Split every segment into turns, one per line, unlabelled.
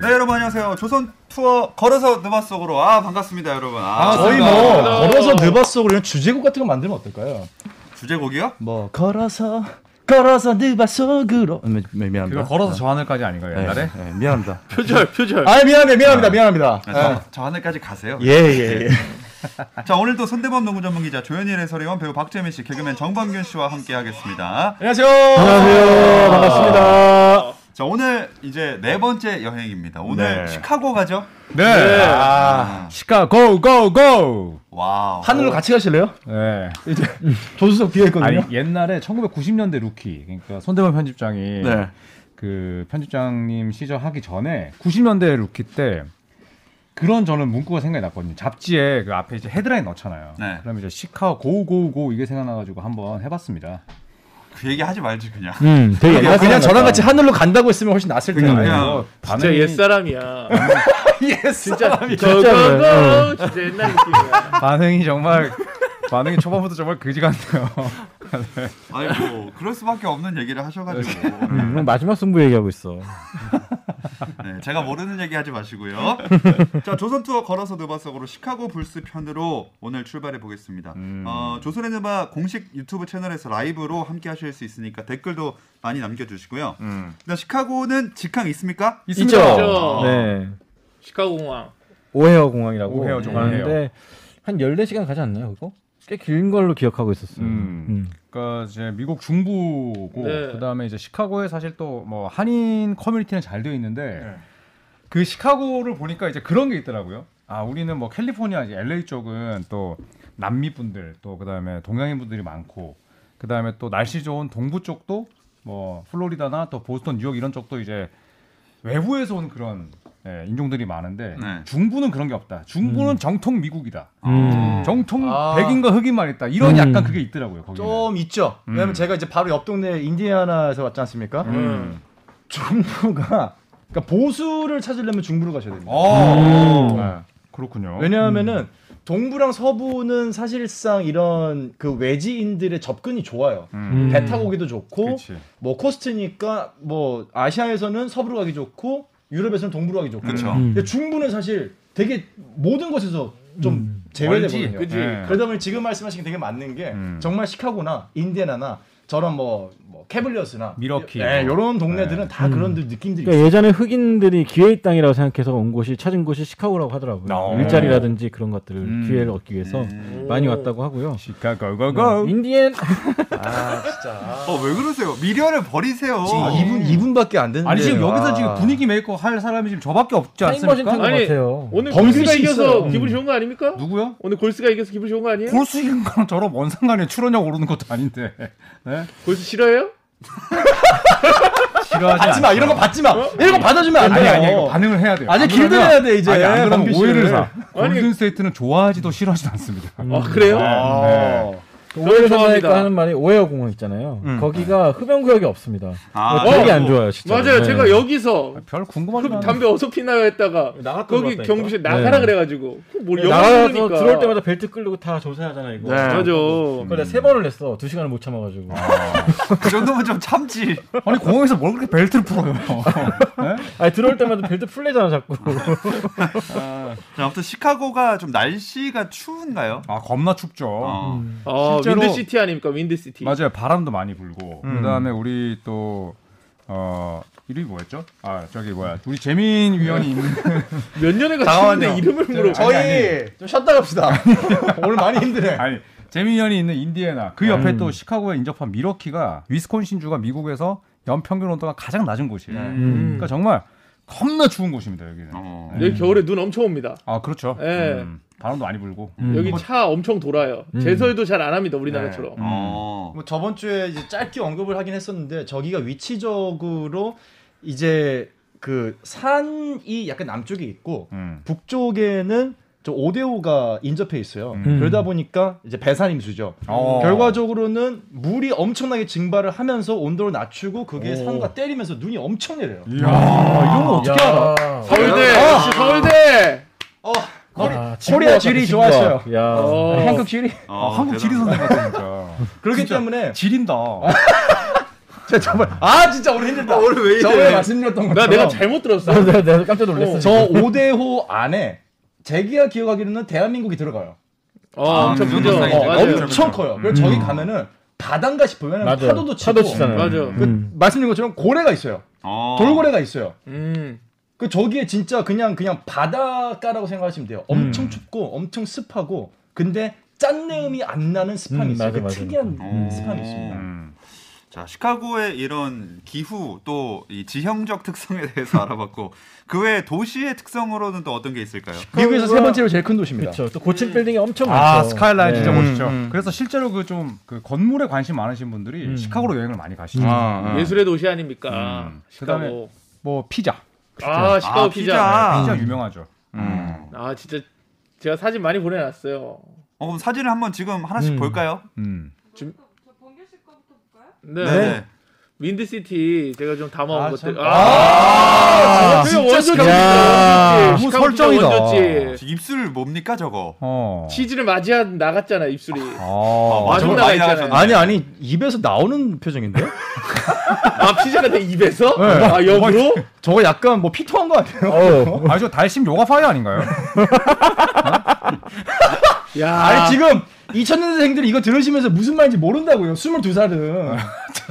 네 여러분 안녕하세요. 조선 투어 걸어서 느바 속으로 아 반갑습니다 여러분. 아,
저희
반갑습니다.
뭐 걸어서 느바 속으로 이런 주제곡 같은 거 만들면 어떨까요?
네.
주제곡이요?
뭐 걸어서 걸어서 느바 속으로 미, 미, 미안합니다.
그거 걸어서 저 하늘까지 아닌가요 옛날에?
네, 네, 미안합니다.
표절 표절.
아 미안해 미안합니다 미안합니다.
아,
네.
저, 저 하늘까지 가세요.
예예 예.
자 오늘도 손대범 농구 전문 기자 조현일 해설위원 배우 박재민 씨 개그맨 정방균 씨와 함께 하겠습니다.
안녕하세요. 아,
안녕하세요 반갑습니다.
자 오늘 이제 네 번째 여행입니다. 오늘
네.
시카고 가죠?
네. 아, 시카고 고 고.
와우.
하늘로 같이 가실래요?
네.
이제 조수석 비어
아. 아니
있거든요.
옛날에 1990년대 루키 그러니까 손대범 편집장이
네.
그 편집장님 시절 하기 전에 90년대 루키 때 그런 저는 문구가 생각이 났거든요. 잡지에 그 앞에 이제 헤드라인 넣잖아요.
네.
그러면 이제 시카 고고고 이게 생각나가지고 한번 해봤습니다.
그 얘기 하지 말지 그냥.
음, 되게
옛날
그냥
생각
저랑
같다.
같이 하늘로 간다고 했으면 훨씬 낫을 텐데.
그냥
그냥
진짜 옛 사람이야. 진짜 저거
진짜네.
어.
진짜 옛날 느낌이야.
반응이 정말 반응이 초반부터 정말 그지 같네요.
아이고 그럴 수밖에 없는 얘기를
음,
하셔가지고.
마지막 승부 얘기하고 있어.
네, 제가 모르는 얘기 하지 마시고요. 자, 조선 투어 걸어서 느바 속으로 시카고 불스 편으로 오늘 출발해 보겠습니다. 어, 조선의 느바 공식 유튜브 채널에서 라이브로 함께 하실 수 있으니까 댓글도 많이 남겨주시고요.
음.
일단 시카고는 직항 있습니까?
아.
있죠.
네.
시카고 공항.
오헤어 공항이라고
오헤어 정도 해요.
하는데 한 14시간 가지 않나요, 그거? 꽤 긴 걸로 기억하고 있었어요.
음.
음.
그러니까 이제 미국 중부고
네.
그다음에 이제 시카고에 사실 또 뭐 한인 커뮤니티는 잘 되어 있는데 그 시카고를 보니까 이제 그런 게 있더라고요. 아 우리는 뭐 캘리포니아 이제 LA 쪽은 또 남미 분들 또 그다음에 동양인 분들이 많고 그다음에 또 날씨 좋은 동부 쪽도 뭐 플로리다나 또 보스턴 뉴욕 이런 쪽도 이제 외부에서 온 그런 예, 인종들이 많은데
네.
중부는 그런 게 없다. 중부는 정통 미국이다.
음.
정통
아.
백인과 흑인만 있다. 이런
음.
약간 그게 있더라고요. 거기는.
좀 있죠. 왜냐면
음.
제가 이제 바로 옆 동네 인디애나에서 왔지 않습니까?
음.
중부가 그러니까 보수를 찾으려면 중부로 가셔야 됩니다.
음.
어. 네, 그렇군요.
왜냐하면은 동부랑 서부는 사실상 이런 그 외지인들의 접근이 좋아요.
음.
배 타고 오기도 좋고
그렇지.
뭐 코스트니까 뭐 아시아에서는 서부로 가기 좋고 유럽에서는 동부로 가기 좋고.
그렇죠.
음.
근데 중부는 사실 되게 모든 곳에서 좀
음.
제외되거든요.
그지.
네.
그러다 보니 지금 말씀하신 게 되게 맞는 게
음.
정말 시카고나 인디애나나 저런 뭐, 뭐 캐블리어스나
미러키. 뭐.
네, 이런 동네들은 다
음.
그런 느낌들이 있어요.
그러니까 예전에 흑인들이 기회의 땅이라고 생각해서 온 곳이 찾은 곳이 시카고라고 하더라고요.
어.
일자리라든지 그런 것들을
음.
기회를 얻기 위해서
음.
많이 왔다고 하고요. 음,
시카고 고고.
인디엔
어, 왜 그러세요? 미련을 버리세요. 어.
지금 2분 2분밖에 안 되는데.
아니 지금 여기서
와.
지금 분위기 메이커 할 사람이 지금 저밖에 없지
타임머신 탄
않습니까?
것
아니,
같아요.
오늘
범규
골스가
씨
이겨서
음.
있어요.
기분 좋은 거 아닙니까?
누구요?
오늘 골스가 이겨서 기분 좋은 거 아니에요?
골수 있는 거랑 저런 뭔 상관이에요? 출연료 오르는 것도 아닌데. 네?
골스 싫어해요?
싫어하지
받지 마. 이런 거 받지 마. 이런 거 받아주면 안
아니
돼요.
아니 이거 반응을 해야 돼요.
아직
안 그러면-
길들여야 돼, 이제.
아니, 안 그러면
방귀
오해를
씨를.
사.
아니-
골든 스테이트는 좋아하지도 싫어하지도 않습니다.
아 그래요?
어.
아. 네.
음, 그 오해를
죄송합니다.
사니까 하는 말이 오헤어 공항 있잖아요. 거기가 흡연 구역이 없습니다.
아,
되게
어.
안 좋아요, 진짜.
맞아요.
네.
제가 여기서
별
그
궁금하지 않아.
담배 어서 피나요 했다가
나갔다
거기
들어왔다니까.
경비실
네.
나가라 그래가지고 뭘 영어
나가서
모르니까 네.
들어올 때마다 네. 벨트 끌고 다 조사하잖아 이거.
맞아.
그래 세 번을 냈어. 두 시간을 못 참아가지고.
그 정도면 좀 참지.
아니 공항에서 뭘 그렇게 벨트를 풀어요?
아니 들어올 때마다 벨트 풀리잖아 자꾸.
자, 아무튼 시카고가 좀 날씨가 추운가요?
아 겁나 춥죠.
어.
아,
실제로-
윈드시티 아닙니까? 윈드시티.
맞아요. 바람도 많이 불고 그다음에 우리 또 어, 이름이 뭐였죠? 아 저기 뭐야 우리 재민 위원이 있는
몇 년에
당황하네요.
갔는데 이름을 물어.
저희
아니,
좀 쉬었다 갑시다. 오늘 많이 힘드네.
아니 재민 위원이 있는 인디애나 그 옆에 또 시카고에 인접한 미러키가 위스콘신 주가 미국에서 연평균 온도가 가장 낮은 곳이에요.
음.
그러니까 정말 겁나 추운 곳입니다 여기는.
어.
음. 여기 겨울에 눈 엄청 옵니다.
아 그렇죠.
예.
음, 바람도 많이 불고.
음.
음.
여기 차 엄청 돌아요. 제설도 잘 안 합니다. 우리나라처럼.
어.
뭐 저번 주에 이제 짧게 언급을 하긴 했었는데 저기가 위치적으로 이제 그 산이 약간 남쪽에 있고
음.
북쪽에는 저 오데오가 인접해 있어요.
음.
그러다 보니까 이제 배산 임수죠.
어.
결과적으로는 물이 엄청나게 증발을 하면서 온도를 낮추고 그게
오.
산과 때리면서 눈이 엄청 내려요.
이야 이런 거
어떻게 알아?
서울대. 네. 역시 서울대.
어,
아,
코리아 지리 좋아하셔요.
야.
어.
한국 지리.
어,
아, 한국 지리
대단하다.
선생 같아 진짜.
그렇기 때문에
지린다.
정말 아 진짜 오늘 힘들다.
오늘 왜 이래?
저번에 말씀드렸던 것처럼
나 내가 잘못 들었어.
내가, 내가 깜짝 놀랐어.
저 5대호 안에 제기가 기억하기로는 대한민국이 들어가요.
아, 엄청
그
크죠.
정도 사이즈가
어,
어,
맞아요.
맞아요.
엄청 커요. 그래서 저기 가면은 바다인가 싶으면
맞아.
파도도 치고
파도 치잖아요.
맞아.
음.
그 말씀드린 것처럼 고래가 있어요.
어.
돌고래가 있어요.
음.
그 저기에 진짜 그냥 그냥 바닷가라고 생각하시면 돼요. 엄청 춥고 엄청 습하고 근데 짠내음이 안 나는 습함이
음,
있어요.
맞아,
그
맞아.
특이한
음.
습함이 있습니다.
자 시카고의 이런 기후 또 이 지형적 특성에 대해서 알아봤고 그 외에 도시의 특성으로는 또 어떤 게 있을까요?
미국에서 세 번째로 제일 큰 도시입니다.
그렇죠. 또 고층 빌딩이 엄청 많죠.
아 스카이라인 진짜
네.
멋있죠.
음, 음.
그래서 실제로 그 좀 그 건물에 관심 많으신 분들이
음.
시카고로 여행을 많이 가시죠.
아,
예술의 도시 아닙니까?
음.
시카고.
뭐 피자,
아, 시카고
아, 음.
피자.
피자 유명하죠.
아, 진짜 제가 사진 많이 보내놨어요.
어, 그럼 사진을 한번 지금 하나씩
음.
볼까요?
음.
저 번개 씨 거부터 볼까요?
네.
네.
윈드시티 제가 좀 담아온
아,
것들.
참.
아,
진짜
원조지.
야.
시카고
너무
피자
설정이다.
원조지.
입술 뭡니까 저거?
어.
치즈를 맞이한 나갔잖아 입술이.
아,
어, 마중
저거
나가
많이
있잖아요.
나가셨네.
아니 아니 입에서 나오는 표정인데?
아 피자가 내 입에서? 아 역으로?
저거 약간 뭐 피토한 거 같아요.
어.
아저 달심 요가 파이 아닌가요?
야.
아니 지금 2000년대생들이 이거 들으시면서 무슨 말인지 모른다고요. 22살은.
야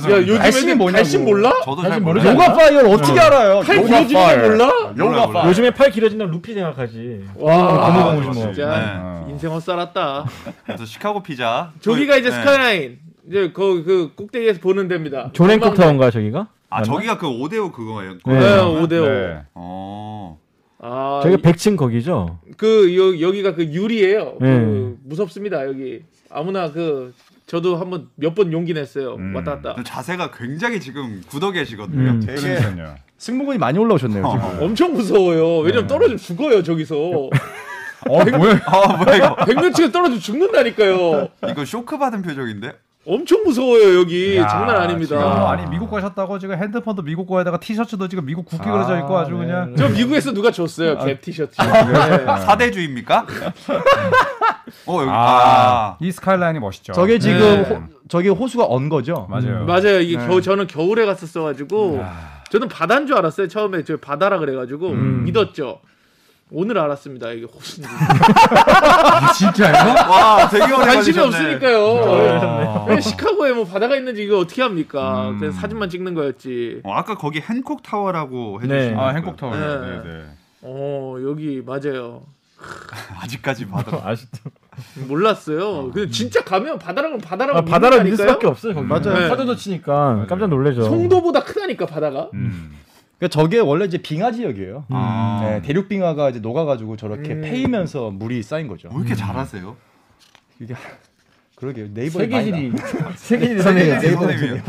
요즘에
발심이 뭐냐고.
발심 몰라?
저도 잘
사실
모르죠.
모르죠.
요가 파이어를 어떻게 알아요?
팔
요가
길어지는 거
파이어.
몰라?
몰라, 몰라.
음. 요즘에 팔 길어진다면 루피 생각하지.
와
건너가고 싶어.
진짜
네.
인생 헛살았다.
아, 그래서 시카고 피자.
저기가 이제
네.
스카이라인 이제 그, 그 꼭대기에서 보는 데입니다.
조랭크타운가 저기가?
아 저기가 그 5대5 그거예요.
네.
네, 오데오.
네.
어.
아,
저기
저기
100층 거기죠?
그 여, 여기가 그 유리예요.
네.
그 무섭습니다 여기. 아무나 그 저도 한번 몇 번 용기 냈어요.
음.
왔다 갔다.
자세가 굉장히 지금 굳어 계시거든요.
음.
되게-
그러니까요.
승모근이 많이 올라오셨네요. 지금.
어.
엄청 무서워요.
네.
왜냐면 떨어지면 죽어요 저기서.
어 뭐야?
아 뭐야 이거?
백면치가 떨어지면 죽는다니까요.
이거 쇼크 받은 표정인데?
엄청 무서워요 여기.
야,
장난
지금
아닙니다.
아니 미국 가셨다고 지금 핸드폰도 미국 거에다가 티셔츠도 지금 미국 국기 그려져 있고 아주
네.
그냥
저 미국에서 누가 줬어요 갭 티셔츠.
아,
네.
아, 사대주입니 까 어 여기
아,
아.
이 스카이라인이 멋있죠.
저게 지금
네.
호, 저게 호수가 언 거죠?
맞아요.
음, 맞아요. 이게 겨우 저는 겨울에 갔었어가지고 저는 바다인 줄 알았어요. 처음에 저 바다라 그래가지고 믿었죠. 오늘 알았습니다. 이게 호수인 줄.
아, 진짜요?
와 되게 오래
관심이
걸리셨네.
어,
어.
없으니까요. 왜 시카고에 뭐 바다가 있는지 이거 어떻게 합니까?
음.
그냥 사진만 찍는 거였지.
어, 아까 거기 헨콕 타워라고
네.
해주신
아 행복 타워.
네.
네. 네.
어 여기 맞아요.
아직까지
음.
받아.
아쉽다.
몰랐어요. 근데 진짜 가면 바다라고 하면 바다라고
아, 바다를 믿을
믿는다니까요?
수밖에 없어요. 거기.
맞아요.
파도도 치니까 깜짝 놀래죠.
송도보다 크다니까 바다가.
음.
그러니까 저게 원래 이제 빙하 지역이에요.
아.
네, 대륙 빙하가 이제 녹아가지고 저렇게
음.
패이면서 물이 쌓인 거죠.
왜 이렇게 잘하세요?
이게 그러게요. 네이버에 많이
세계지리. 세계지리 선생님.
네,
세계지리 선생님이에요.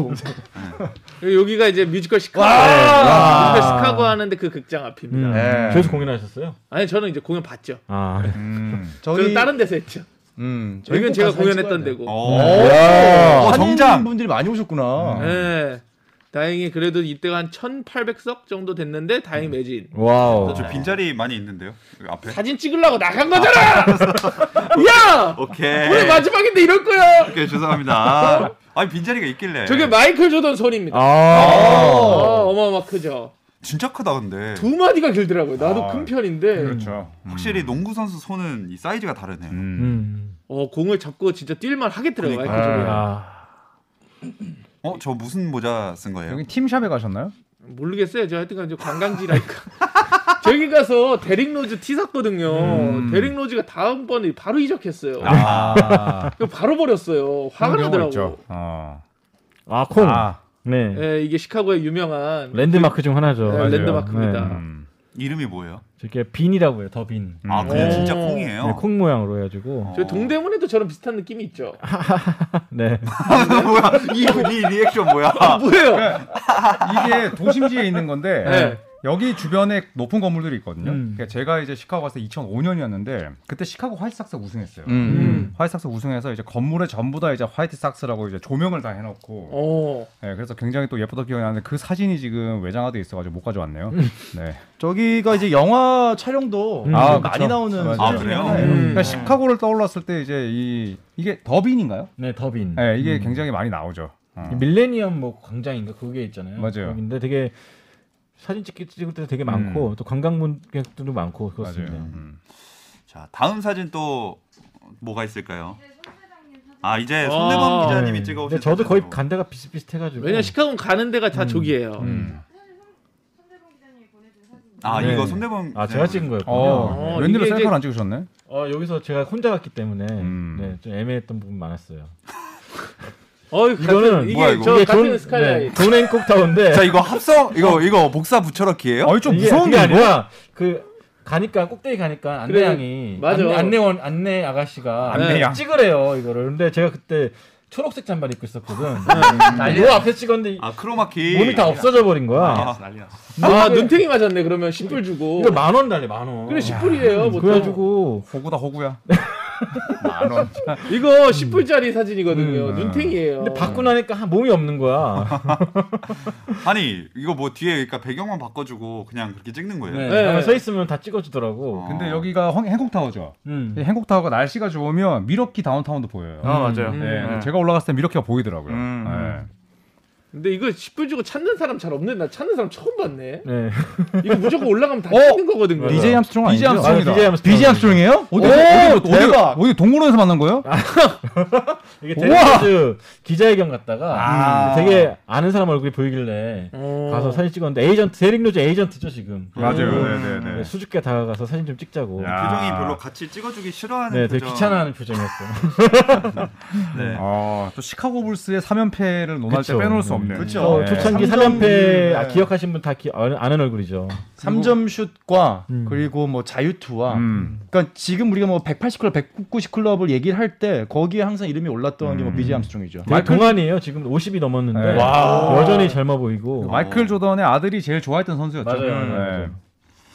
여기가 이제 뮤지컬 시카고.
와!
뮤지컬 시카고 하는데 그 극장 앞입니다.
음.
네.
저기서 공연하셨어요?
아니 저는 이제 공연 봤죠.
아.
음.
나. 저기
저는 다른 데서 했죠.
음, 저희
여기는 제가
꼭 가서 사진
공연했던
찍어야 돼요.
데고. 네.
어.
야.
어, 정장.
한인 분들이 많이 오셨구나.
예. 다행히 그래도 이때가 한 1,800석 정도 됐는데 다행히
음.
매진.
와우.
어, 저 빈자리 많이 있는데요. 여기 앞에.
사진 찍으려고 나간 거잖아. 야!
오케이.
네.
오늘 마지막인데 이럴 거야.
오케이 죄송합니다. 아니 빈자리가 있길래.
저게 마이클 조던 손입니다.
아.
어,
아.
어마어마 크죠.
진짜 크다 근데.
두 마디가 길더라고요. 나도
아,
큰 편인데.
그렇죠. 음.
확실히 농구 선수 손은 이 사이즈가 다르네요.
음.
음.
어, 공을 잡고 진짜 뛸만 하겠더라고요.
그러니까.
마이클 조던.
아.
어, 저 무슨 모자 쓴 거예요?
여기 팀샵에 가셨나요?
모르겠어요. 저 하여튼 이제 관광지라니까. 저기 가서 데릭 로즈 티 샀거든요.
음.
데릭 로즈가 다음번에 바로 이적했어요.
아.
그거 바로 버렸어요. 화가
그런 경우가
나더라고.
있죠. 어.
아, 콩.
아.
네.
예, 이게 시카고의 유명한
랜드마크 중 하나죠.
네,
맞아요.
랜드마크입니다.
네.
음.
이름이 뭐예요?
저게 빈이라고 해요. 더 빈.
아, 그냥
음.
진짜
오.
어.
콩이에요.
네, 콩 모양으로 해가지고.
어.
저 동대문에도 저런 비슷한 느낌이 있죠.
네.
뭐야? 이, 이 리액션 뭐야?
아,
네.
뭐예요?
이게 도심지에 있는 건데
네.
여기 주변에 높은 건물들이 있거든요.
음.
그러니까 제가 이제 시카고 가서 2005년이었는데 그때 시카고 화이트삭스 우승했어요.
음.
화이트삭스 우승해서 이제 건물에 전부 다 이제 화이트삭스라고 이제 조명을 다 해놓고
어.
네, 그래서 굉장히 또 예쁘다 기억이 나는데 그 사진이 지금 외장화돼 있어가지고 못 가져왔네요. 네.
저기가 이제 영화 촬영도
음.
아,
아,
많이
그쵸.
나오는
맞아요.
아,
스타일 중에
그래요?
하나예요. 네.
음.
그러니까 시카고를 떠올랐을 때 이제 이 이게 더빈인가요?
네, 더 빈.
네, 이게 굉장히 많이 나오죠. 어.
이 밀레니엄 뭐 광장인가 그게 있잖아요.
맞아요. 음.
근데 되게 사진 찍기 찍을 때도 되게 많고 또 관광객들도 많고 그렇습니다. 네.
맞아요. 음.
자 다음 사진 또 뭐가 있을까요?
이제 손 회장님 사진
아 이제
아,
손대범 기자님이
네.
찍어오신
근데 저도 거의
사진으로.
간데가 비슷비슷해가지고.
왜냐 시카고는 가는 데가 다
음.
저기예요.
음.
사실 손- 손대범 기자님이 보내준 사진이에요.
아
네.
이거 손대범
아
기자님
제가 찍은 거였군요. 어.
어,
어,
웬일로
이게 이제-
셀카를 안 찍으셨네?
여기서 제가 혼자 갔기 때문에
음.
네, 좀 애매했던 부분 많았어요.
어이
이거는
같은, 이게
뭐야, 이거?
저
이게
같은
돈-
스카이라인.
네, 돈앤 꼭타운데.
자 이거 합성
어.
이거 이거 복사 부처럭기예요?
아니 좀 무서운 게 아니야?
아니라 그 가니까 꼭대기 가니까
그래,
안내양이
맞아.
안내, 안내원 안내 아가씨가 네.
안내양.
찍으래요 이거를 근데 제가 그때 초록색 잠바를 입고 있었거든 난리 앞에 찍었는데
아 크로마키
몸이 다 없어져 버린 거야
아,
아 눈탱이 맞았네 그러면 10불
네.
주고.
이거 만 원 달래 만원
그래 10불이에요 보통.
그래가지고
호구다 호구야. 만 원.
이거 10불짜리 사진이거든요.
음.
눈탱이에요.
음. 근데 받고 나니까 한 몸이 없는 거야
아니 이거 뭐 뒤에 그러니까 배경만 바꿔주고 그냥 그렇게 찍는 거예요.
네.
네.
가만 서 있으면 다 찍어주더라고
어.
근데 여기가 헝- 행콕타워죠.
음.
이 행콕타워가 날씨가 좋으면 미러키 다운타운도 보여요.
아 맞아요.
음.
네,
네.
제가 올라갔을 때 미러키가 보이더라고요.
음.
네.
근데 이거 10불 주고 찾는 사람 잘 없네. 나 찾는 사람 처음 봤네.
네.
이거 무조건 올라가면 다
어?
찾는 거거든요.
DJ 암스트롱
DJ
아니죠?
암스트롱이다. DJ 암스트롱.
DJ 암스트롱이에요? 어디 어디 대박. 어디 동물원에서 만난 거예요?
이게 텔레비즈 기자회견 갔다가
아.
되게 아는 사람 얼굴이 보이길래
어.
가서 사진 찍었는데 에이전트 대릭로즈 에이전트죠 지금
맞아요.
네, 수줍게 다가가서 사진 좀 찍자고
야.
표정이
아.
별로 같이 찍어주기 싫어하는
네, 되게
표정.
귀찮아하는 표정이었어요.
네.
아, 또 시카고 불스의 3연패를 논할 때
그쵸.
빼놓을 수
음.
없네요.
그쵸.
어,
네.
초창기
삼
3연패
점,
아,
네.
기억하신 분 다 아는 얼굴이죠.
3점 슛과
음.
그리고 뭐 자유투와
음.
그러니까 지금 우리가 뭐 180클럽, 190클럽을 얘기를 할 때 거기에 항상 이름이 올랐던 게 뭐
음.
비지 암스트롱이죠.
되게 동안이에요. 지금 50이 넘었는데
네.
여전히 젊어 보이고
마이클 조던의 아들이 제일 좋아했던 선수였죠.
맞아요.
음.
맞아요.
네.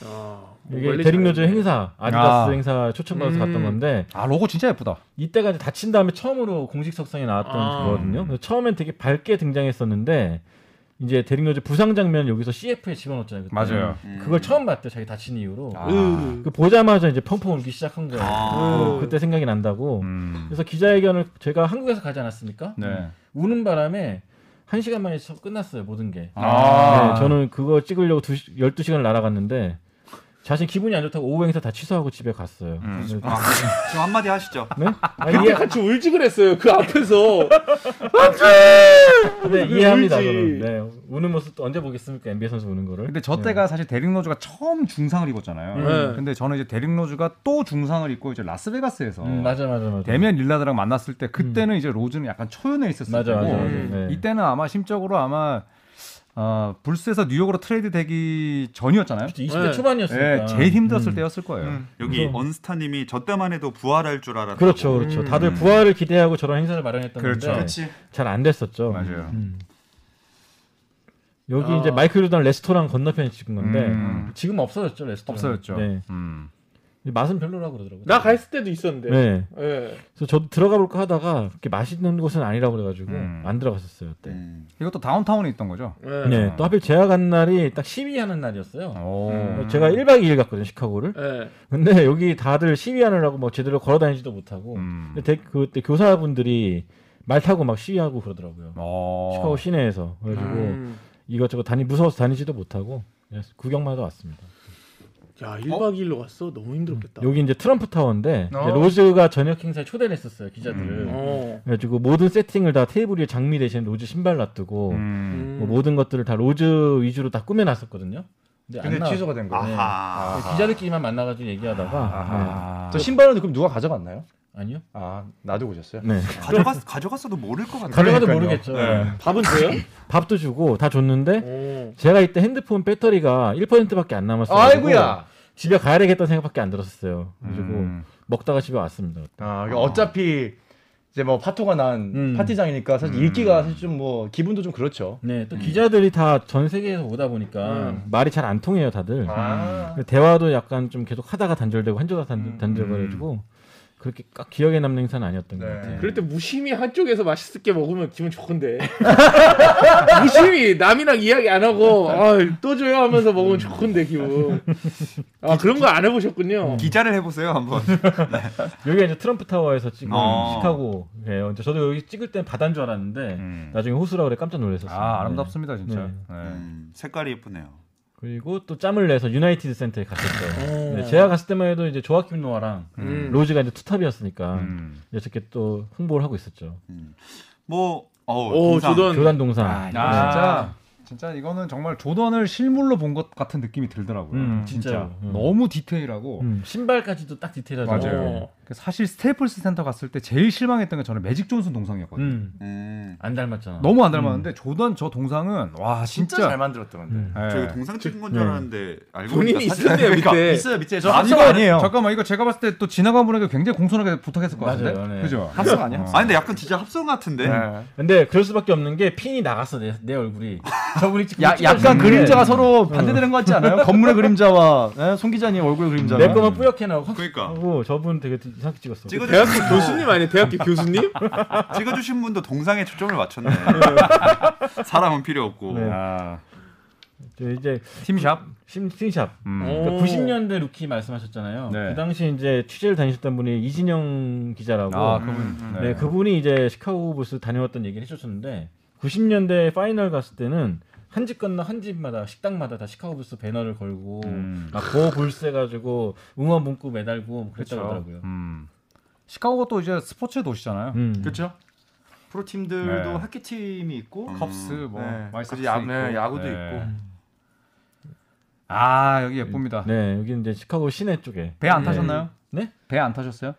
아, 뭐
이게
멀리
데릭로즈
찾았네.
행사 아디다스
아.
행사 초청받아서
음.
갔던 건데
아 로고 진짜 예쁘다.
이때가 이제 다친 다음에 처음으로 공식 석상에 나왔던
아.
거거든요. 그래서 처음엔 되게 밝게 등장했었는데 이제 데릭로즈 부상 장면 여기서 CF에 집어넣었잖아요. 그때.
맞아요.
음.
그걸 처음 봤대요. 자기 다친 이후로.
아.
으.
그 보자마자 이제 펑펑 울기 시작한 거예요.
아.
그- 그때 생각이 난다고.
음.
그래서 기자회견을 제가 한국에서 가지 않았습니까?
네.
우는 바람에 한 시간 만에 서- 끝났어요 모든 게.
아.
네, 저는 그거 찍으려고 2시, 12시간을 날아갔는데 자신 기분이 안 좋다고 오후 행사 다 취소하고 집에 갔어요.
음.
그래서-
아, 지금 한마디 하시죠.
네? 아,
그때
이해,
같이 울지 그랬어요. 그 앞에서.
네, 이해합니다.
울지.
저는. 네, 우는 모습 또 언제 보겠습니까? NBA 선수 우는 거를. 네.
근데 저 때가 사실 데릭 로즈가 처음 중상을 입었잖아요.
네.
근데 저는 이제 데릭 로즈가 또 중상을 입고 이제 라스베가스에서
음, 맞아 맞아 맞아.
데면 릴라드랑 만났을 때 그때는 이제 로즈는 약간 초연해 있었을
맞아 맞아. 맞아.
거고
음.
네.
이때는 아마 심적으로 아마 어, 불스에서 뉴욕으로 트레이드 되기 전이었잖아요.
20대
네.
초반이었으니까.
예, 제일 힘들었을
그렇죠. 음.
때였을 거예요.
여기
무서워.
언스타님이 저 때만 해도 부활할 줄 알았다.
그렇죠, 그렇죠.
음.
다들 부활을 기대하고 저런 행사를 마련했던
그렇죠.
건데
그렇지.
잘 안 됐었죠.
맞아요.
음. 여기
아.
이제 마이클 조던 레스토랑 건너편에 찍은 건데
음.
지금 없어졌죠 레스토랑.
없어졌죠.
네.
음.
맛은 별로라고 그러더라고요.
나 갔을 때도 있었는데.
네.
예.
그래서 저도 들어가 볼까 하다가 그렇게 맛있는 곳은 아니라고 그래가지고
음.
안 들어갔었어요 그때.
음.
이것도 다운타운에 있던 거죠.
예.
네. 또 하필 제가 간 날이 딱 시위하는 날이었어요.
오.
음.
제가 1박 2일 갔거든요 시카고를.
예.
근데 여기 다들 시위하느라고 뭐 제대로 걸어다니지도 못하고.
음.
근데 대- 그때 교사분들이 말 타고 막 시위하고 그러더라고요.
어.
시카고 시내에서 그래가지고
음.
이것저것 다니 무서워서 다니지도 못하고 그냥 구경만 하다 왔습니다.
야 1박 2일로 갔어? 너무 힘들었겠다.
여기 이제 트럼프 타워인데
어.
이제 로즈가 저녁 행사에 초대를 했었어요 기자들을.
어.
그래가지고 모든 세팅을 다 테이블 위에 장미 대신 로즈 신발 놔두고
음.
음.
뭐 모든 것들을 다 로즈 위주로 다 꾸며놨었거든요. 근데, 안
근데
나와-
취소가 된 거예요.
아하.
네, 기자들끼리만 만나가지고 얘기하다가 네.
아하.
저 신발은 그럼 누가 가져갔나요?
아니요.
아 나도 오셨어요?
네.
가져갔 가져갔어도 모를 것 같아.
가져가도
그러니까요. 네.
모르겠죠.
밥은 돼요?
밥도 주고 다 줬는데
어.
제가 이때 핸드폰 배터리가 1%밖에 안 남았어요.
아이구야.
집에 가야 되겠다는 생각밖에 안 들었었어요. 그래가지고
음.
먹다가 집에 왔습니다.
아, 그러니까 어차피 이제 뭐 파토가 난
음.
파티장이니까 사실 읽기가 사실 좀 뭐 기분도 좀 그렇죠.
네, 또 기자들이 다 전 세계에서 오다 보니까
음.
말이 잘 안 통해요, 다들.
아.
대화도 약간 좀 계속 하다가 단절되고 한절다 단절돼가지고 그렇게 꽉 기억에 남는 행사는 아니었던 것
네.
같아요.
그럴 때 무심히 한쪽에서 맛있게 먹으면 기분 좋은데 무심히 남이랑 이야기 안 하고 아, 또 줘요 하면서 먹으면 좋은데 기분 아 그런 거 안 해보셨군요
기자를 해보세요 한번.
여기가 이제 트럼프 타워에서 찍은
어.
시카고예요. 이제 저도 여기 찍을 땐 바다인 줄 알았는데 나중에 호수라 그래 깜짝 놀랐었어요.
음. 아 아름답습니다 진짜.
음. 네.
네.
음, 색깔이 예쁘네요.
그리고 또 짬을 내서 유나이티드 센터에 갔었어요.
어.
네, 제가 갔을 때만 해도 이제 조아킴 노아랑
음.
로즈가 이제 투탑이었으니까
음.
이렇게 또 홍보를 하고 있었죠.
음. 뭐 어우,
오
동상.
조던
교단 동상.
아, 이거
네.
진짜 진짜 이거는 정말 조던을 실물로 본 것 같은 느낌이 들더라고요.
음,
진짜
진짜요. 음.
너무 디테일하고
음, 신발까지도 딱 디테일하죠.
맞아요.
어.
그 사실 스테이플스 센터 갔을 때 제일 실망했던 게 저는 매직 존슨 동상이었거든요.
음,
음.
안 닮았잖아.
너무 안 닮았는데 조던 저 동상은 와 진짜,
진짜 잘 만들었다 근데
음.
예.
저기 동상 찍은 건 줄
네.
알았는데 알고 보니까
본인이
사실-
있었네요
그러니까
밑에
있어요 밑에 저
아,
합성
이거
아니에요
잠깐만 이거 제가 봤을 때 또 지나간 분에게 굉장히 공손하게 부탁했을 것 같은데,
맞아요, 네.
그죠?
합성 아니야?
어.
아 근데 약간 진짜 합성 같은데.
네.
근데 그럴 수밖에 없는 게 핀이 나갔어 내, 내 얼굴이. 저분이 지금
야, 약간
찍어주는데
그림자가 서로 반대되는 것 같지 않아요? 건물의 그림자와 예? 송 기자님 얼굴 그림자.
내 거만 뿌옇게 나고 확
그러니까.
하고 저분 되게 이상하게 찍었어.
찍어주-
대학교 교수님 아니에요 대학교 교수님
찍어주신 분도 동상에 초점을 맞췄네. 사람은 필요 없고.
네.
아,
저 이제
팀샵.
심- 신샵.
음.
어.
그러니까 90년대 루키 말씀하셨잖아요.
네.
그 당시 이제 취재를 다니셨던 분이 이진영 기자라고.
아, 그분.
네. 그분이 이제 시카고 불스 다녀왔던 얘기를 해줬었는데 90년대 파이널 갔을 때는 한 집 건너 한 집마다 식당마다 다 시카고 불스 배너를 걸고
음.
막고 뭐 불스 해가지고 응원 문구 매달고 뭐 그랬다고 하더라고요.
음. 시카고가 또 이제 스포츠의 도시잖아요.
음.
그렇죠 프로팀들도
네.
학교 팀이 있고
음.
컵스 뭐
네.
와이삭스
그리고 야-
있고.
네, 야구도 있고.
아 여기 예쁩니다.
네, 여기 이제 시카고 시내 쪽에
배 안
네.
타셨나요?
네?
배 안 타셨어요?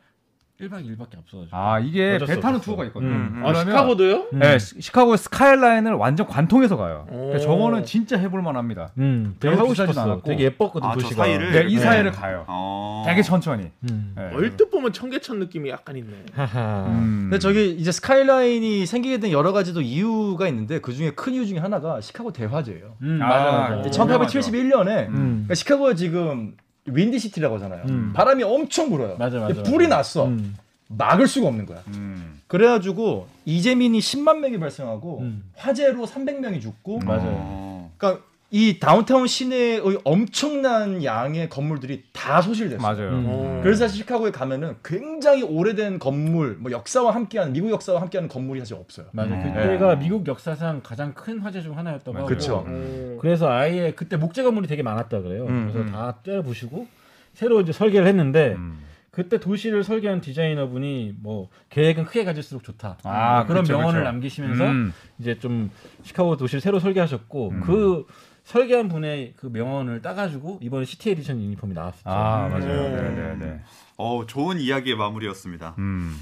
1박 2일밖에 없어가지고.
아 이게
어쩔
배
수
타는
없었어.
투어가 있거든요.
음.
아 시카고도요
음.
네, 시- 시카고의 스카이라인을 완전 관통해서 가요.
오.
그러니까 저거는 진짜 해볼만합니다.
음, 되게
별로
하고
비싸진
싶었어.
않았고.
되게 예뻤거든
아, 저
도시가.
사이를?
네, 이
네.
사이를 가요.
어.
되게 천천히.
음.
네.
얼뜻 보면 청계천 느낌이 약간 있네
하하.
음.
근데 저기 이제 스카이라인이 생기게 된 여러 가지도 이유가 있는데 그 중에 큰 이유 중에 하나가 시카고 대화제예요.
음,
아,
맞아, 맞아.
어,
근데
유명하죠.
1871년에
음.
그러니까 시카고가 지금 윈디 시티라고 하잖아요.
음.
바람이 엄청 불어요.
맞아, 맞아, 맞아.
불이 났어.
음.
막을 수가 없는 거야.
음.
그래가지고 이재민이 10만 명이 발생하고
음.
화재로 300명이 죽고
맞아요.
어.
그러니까 이 다운타운 시내의 엄청난 양의 건물들이 다 소실됐어요.
맞아요.
음.
어.
그래서 사실 시카고에 가면은 굉장히 오래된 건물, 뭐 역사와 함께하는 미국 역사와 함께하는 건물이 사실 없어요.
맞아.
음.
그때가 미국 역사상 가장 큰 화재 중 하나였다고 하고.
그쵸.
음.
그래서 아예 그때 목재 건물이 되게 많았다 그래요. 그래서 다 떼어 부시고 새로 이제 설계를 했는데
음.
그때 도시를 설계한 디자이너분이 뭐 계획은 크게 가질수록 좋다.
아,
그런
그쵸,
명언을
그쵸.
남기시면서
음.
이제 좀 시카고 도시를 새로 설계하셨고
음.
그 설계한 분의 그 명언을 따가지고 이번에 시티 에디션 유니폼이 나왔었죠.
아 맞아요.
음.
네네네.
어, 좋은 이야기의 마무리였습니다.
음.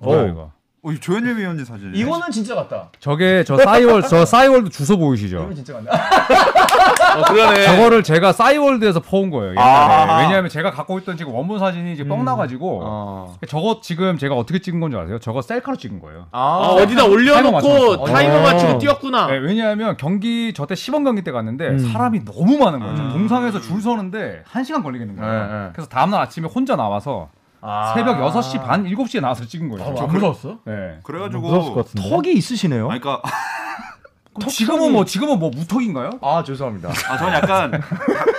오.
뭐야 이거?
어, 이 조현일 위원님 사진.
이거는 진짜 같다.
저게 저 싸이월 저 싸이월드 주소 보이시죠?
이건 진짜 같다.
어 그러네
저거를 제가 싸이월드에서 퍼온 거예요. 옛날에.
아.
왜냐하면 제가 갖고 있던 지금 원본 사진이 이제 뻥 나가지고
어.
저거 지금 제가 어떻게 찍은 건지 아세요? 저거 셀카로 찍은 거예요.
아,
아, 어디다 올려놓고
맞춰놨어.
타이머
어.
맞추고 뛰었구나.
네, 왜냐하면 경기 저때 시범 경기 때 갔는데
음.
사람이 너무 많은 거예요.
음.
동상에서 줄 서는데 한 시간 걸리겠는 거예요.
네, 네.
그래서 다음날 아침에 혼자 나와서
아.
새벽 6시 반 7시에 나와서 찍은 거예요.
안 아, 무서웠어?
네.
그래가지고
무서웠을 것
아.
같은데.
턱이 있으시네요.
아니, 그러니까
지금은 뭐 지금은 뭐 무턱인가요?
아 죄송합니다
아 저는 약간 다-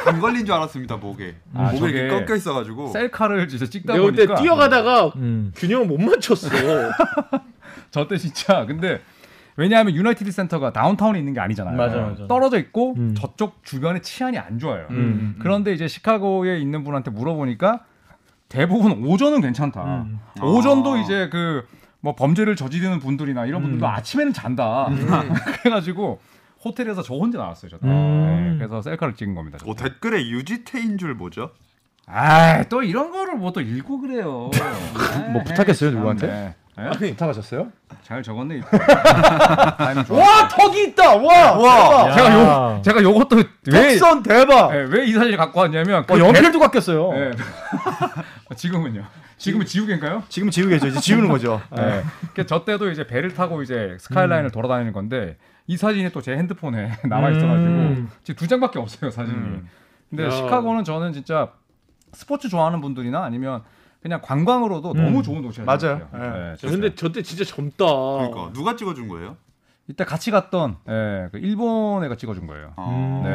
담 걸린 줄 알았습니다 목에
아,
목에 이렇게
저게
꺾여 있어가지고
셀카를 진짜 찍다
내가 네, 그때
보니까
뛰어가다가
음.
균형을 못 맞췄어.
저 때 진짜 근데 왜냐하면 유나이티드 센터가 다운타운에 있는 게 아니잖아요.
맞아, 맞아.
떨어져 있고
음.
저쪽 주변의 치안이 안 좋아요.
음.
그런데 이제 시카고에 있는 분한테 물어보니까 대부분 오전은 괜찮다.
음.
오전도
아.
이제 그 뭐 범죄를 저지르는 분들이나 이런 분들도
음.
아침에는 잔다. 그래가지고 호텔에서 저 혼자 나왔어요. 저 때.
음.
네, 그래서 셀카를 찍은 겁니다.
어, 댓글에 유지태인 줄 뭐죠?
아또 이런 거를 뭐 또 읽고 그래요.
뭐 부탁했어요,
에이,
누구한테?
참,
아,
네. 에?
타가셨어요?
잘 적었네.
와 턱이 있다. 와. 와.
네. 아, 제가 요 제가 요것도 왜 예,
백선
네,
대박.
왜 이 사진을 갖고 왔냐면 그
어, 연필도 깎였어요.
네.
배- 예. 지금은요. 지금은 지우개인가요?
지금 지우고 계죠 이제 지우는 거죠
아.
네. 그저 때도 이제 배를 타고 이제 스카이라인을
음.
돌아다니는 건데 이 사진이 또 제 핸드폰에 남아 있어가지고
음.
지금 두 장밖에 없어요 사진이. 근데
야.
시카고는 저는 진짜 스포츠 좋아하는 분들이나 아니면 그냥 관광으로도 너무 좋은
맞아요.
도시였어요. 네.
야, 근데 저 때 진짜 젊다.
그러니까 누가 찍어준 거예요?
이때 같이 갔던 예, 그 일본 애가 찍어준 거예요.
아.
네.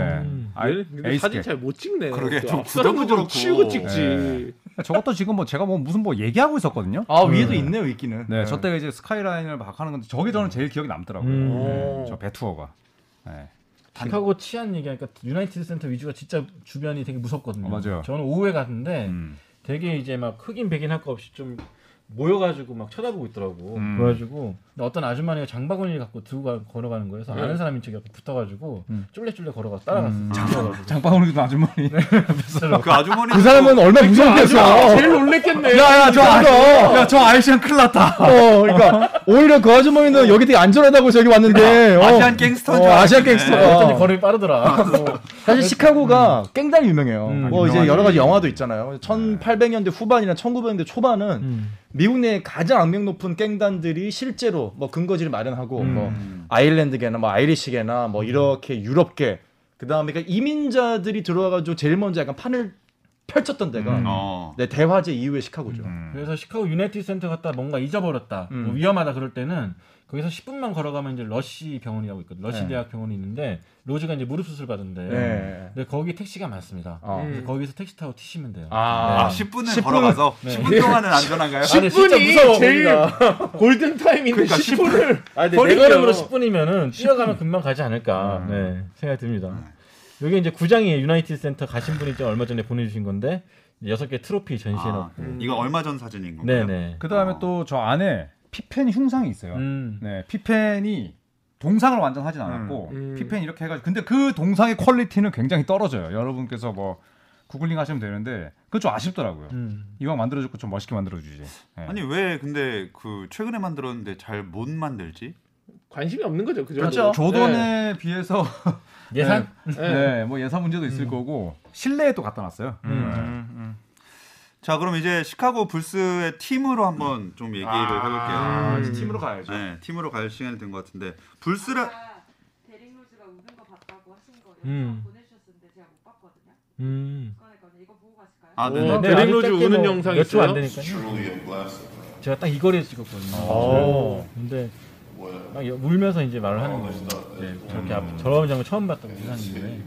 아,
음. 예? 근데 사진
에이스케.
잘 못 찍네.
그러게,
또
좀
앞사람도
구도도
좀
그렇고.
치우고 찍지.
예. 저것도 지금 뭐 제가 뭐 무슨 뭐 얘기하고 있었거든요.
어,
아 위에도
음.
있네요 있기는.
네, 저 때가 이제 스카이라인을 막 하는 건데 저게 저는 제일 기억에 남더라고요.
음.
네, 저 배투어가. 네.
시카고 치안 얘기하니까 유나이티드 센터 위주가 진짜 주변이 되게 무섭거든요.
어, 맞아요.
저는 오후에 갔는데
음.
되게 이제 막 흑인 백인 할 거 없이 좀 모여가지고 막 쳐다보고 있더라고.
음.
그래가지고 근데 어떤 아줌마가 장바구니를 갖고 들고 가- 걸어가는 거예요. 그래서
네.
아는 사람인 척이 붙어가지고
음.
쫄래쫄래 걸어가서 따라갔어.
음.
요 장바구니.
장바구니도 아주머니.
그 아주머니
그 사람은 얼마나 아, 무섭겠어.
제일 놀랬겠네.
야야 저 아까
야, 저 아이씨랑 큰일 났다.
어 그러니까 오히려 그 아주머니는 여기 되게 안전하다고 저기 왔는데 어,
아시안 갱스터인 줄
어, 아시안
알았네.
갱스터
어쩐지 걸음이 빠르더라.
아.
어.
사실 시카고가 깽달 유명해요.
음,
뭐 이제
유명하죠.
여러 가지 영화도 있잖아요. 1800년대 후반이나 1900년대 초반은
음.
미국 내 가장 악명 높은 깽단들이 실제로 뭐 근거지를 마련하고 뭐 아일랜드계나 뭐 아이리시계나 뭐 이렇게 유럽계 그다음에 그러니까 이민자들이 들어와가지고 제일 먼저 약간 판을 펼쳤던 데가
음.
어.
네, 대화제 이후의 시카고죠.
음.
그래서 시카고 유나이티드 센터 갔다 뭔가 잊어버렸다.
음.
뭐 위험하다 그럴 때는 거기서 10분만 걸어가면 이제 러시 병원이라고 있거든. 러시
네.
대학 병원이 있는데 로즈가 이제 무릎 수술 받은데.
네.
근데 거기 택시가 많습니다.
어.
그래서 거기서 택시 타고 튀시면 돼요.
아,
아,
10분을
10분.
걸어가서
네.
10분 동안은 안전한가요?
아니, 진짜
10분이
무서워,
제일 골든 타임인데
그러니까
10분을
아, 근데 내
버리죠. 음.
걸음으로 10분이면은 뛰어가면 금방 가지 않을까 네, 생각이 듭니다. 여기 이제 구장이에요. 유나이티드 센터 가신 분이 이제 얼마 전에 보내주신 건데 여섯 개 트로피
아,
전시해놓고.
이거 얼마 전 사진인 건가요?
네네.
그 다음에
어.
또 저 안에 피펜 흉상이 있어요.
음.
네, 피펜이 동상을 완전 하진 않았고
음.
피펜 이렇게 해가지고 근데 그 동상의 퀄리티는 굉장히 떨어져요. 여러분께서 뭐 구글링 하시면 되는데 그건 좀 아쉽더라고요.
음.
이왕 만들어줬고 좀 멋있게 만들어주지. 네.
아니 왜 근데 그 최근에 만들었는데 잘 못 만들지?
관심이 없는 거죠. 그죠?
조던에 비해서
예산?
네. 뭐 예산 문제도 있을 거고 실내에 또 갖다 놨어요. 네.
자 그럼 이제 시카고 불스의 팀으로 한번 좀 얘기를 해볼게요.
아, 이제
음.
팀으로 가야죠.
네, 팀으로 갈 시간이 된 것 같은데 불스라
아까 데릭 로즈가 우는 거 봤다고 하신 거 영상
음.
보내주셨는데 제가 못 봤거든요.
음.
꺼내거든요. 이거 보고 가실까요?
아
오,
네. 네.
네. 데릭 로즈 우는 영상
몇초 안
있어요?
되니까. 제가 딱 이 거리에서 찍었거든요.
오.
근데 막 여- 울면서 이제 말을 하는 거예요. 네, 저렇게 앞, 저런 장면 처음 봤다고 생각했는데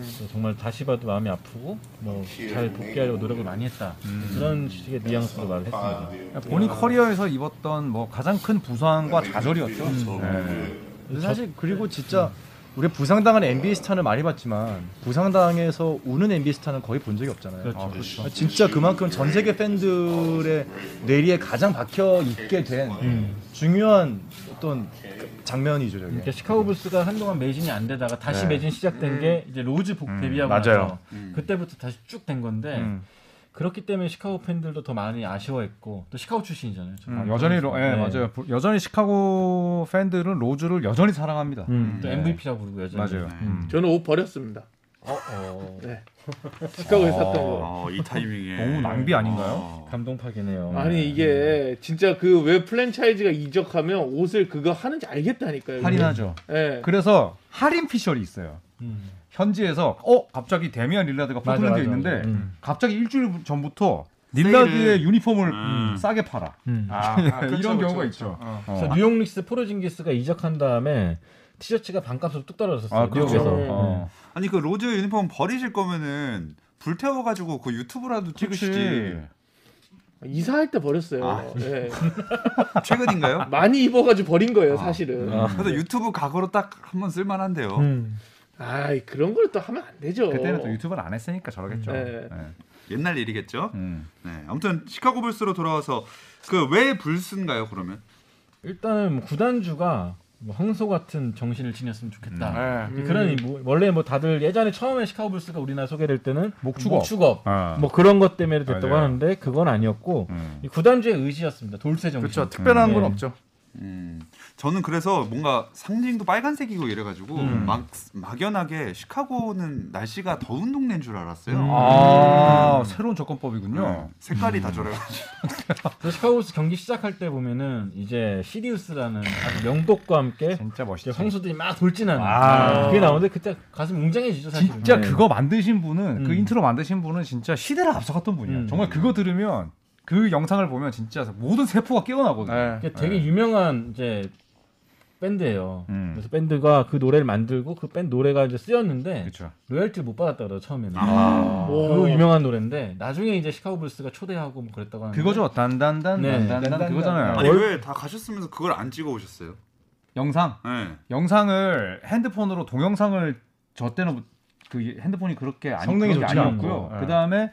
그래서 정말 다시 봐도 마음이 아프고 뭐 잘 복귀하려고 노력을 많이 했다 그런 식의 뉘앙스로 말을 했습니다.
그러니까 본인 커리어에서 입었던 뭐 가장 큰 부상과 좌절이었죠. 음. 네.
사실 그리고 진짜 우리 부상당한 NBA 스타는 많이 봤지만 부상당해서 우는 NBA 스타는 거의 본 적이 없잖아요. 어,
그렇죠.
진짜 그만큼 전 세계 팬들의 뇌리에 가장 박혀 있게 된
음.
중요한 어떤 장면이죠, 저게.
그러니까 시카고 불스가 한동안 매진이 안 되다가 다시 매진 시작된 게 이제 로즈 복 데뷔하고 나서
맞아요.
음.
그때부터 다시 쭉 된 건데 그렇기 때문에 시카고 팬들도 더 많이 아쉬워했고 또 시카고 출신이잖아요.
음, 여전히 로, 예,
네.
맞아요. 부- 여전히 시카고 팬들은 로즈를 여전히 사랑합니다.
음, 또
네.
MVP라고 부르고 여전히 어,
맞아요. 음.
저는 옷 버렸습니다. 네.
아.
시카고에 샀던 거.
어, 이 타이밍에
너무 낭비 아닌가요?
어.
감동
음.
파기네요.
아니 이게 진짜 그 왜 플랜차이즈가 이적하면 옷을 그거 하는지 알겠다니까요.
음. 할인하죠.
예.
그래서 할인 피셜이 있어요.
음.
현지에서 어 갑자기 데미안 릴라드가
맞아,
포틀랜드에
맞아,
있는데
맞아. 음.
갑자기 일주일 전부터 릴라드의 유니폼을
음. 그렇죠,
싸게 팔아.
음.
아,
이런 경우가 있죠.
어.
어.
그래서 뉴욕 닉스 포르징기스가 이적한 다음에 티셔츠가 반값으로 뚝 떨어졌어요.
아 그렇죠.
뉴욕에서. 네.
어.
아니 그 로즈 유니폼 버리실 거면은 불태워 가지고 그 유튜브라도 찍으시지.
그치.
이사할 때 버렸어요.
아.
예.
최근인가요?
많이 입어가지고 버린 거예요, 사실은. 아,
그래도 유튜브 각으로 딱 한번 쓸만한데요.
음.
이 그런 걸 또 하면 안 되죠.
그때는 또 유튜브를 안 했으니까 저러겠죠.
네.
네.
옛날 일이겠죠.
음.
네, 아무튼 시카고 불스로 돌아와서 그 왜 불스인가요? 그러면
일단은 뭐 구단주가 뭐 황소 같은 정신을 지녔으면 좋겠다.
네.
음.
그런 이 뭐- 원래 뭐 다들 예전에 처음에 시카고 불스가 우리나라 소개될 때는
목축업.
목축업
아.
뭐 그런 것 때문에 됐다고
맞아요.
하는데 그건 아니었고
음.
이 구단주의 의지였습니다. 돌쇠 정신.
그렇죠. 특별한 건
네.
없죠.
음, 저는 그래서 뭔가 상징도 빨간색이고 이래가지고
음.
막 막연하게 시카고는 날씨가 더운 동네인 줄 알았어요.
음.
네,
아 음. 새로운 접근법이군요.
색깔이
음.
다 저래가지고.
그래서 시카고 불스 경기 시작할 때 보면은 이제 시리우스라는 아주 명독과 함께
진짜
네. 이제
멋있죠.
황소들이 막 돌진하는
아.
그게 나오는데 그때 가슴 웅장해지죠 사실.
진짜 그거 만드신 분은 그
음.
인트로 만드신 분은 진짜 시대를 앞서갔던 분이야.
음.
정말 그거 들으면 그 영상을 보면 진짜 모든 세포가 깨어나거든요.
네.
이게 되게 유명한 이제 밴드예요.
음.
그래서 밴드가 그 노래를 만들고 그 밴드 노래가 이제 쓰였는데
그렇죠.
로열티를 못 받았다 그래요 처음에는.
아.
그 유명한 노래인데 나중에 이제 시카고 불스가 초대하고 뭐 그랬다고 하는데
그거죠. 단단단
네.
단단단 그거잖아요.
아니 왜 다 가셨으면서 그걸 안 찍어 오셨어요?
영상
네.
영상을 핸드폰으로 동영상을 저 때는 그 핸드폰이 그렇게 안,
성능이
그런 게
좋지가
아니었고요.
않고. 예.
그다음에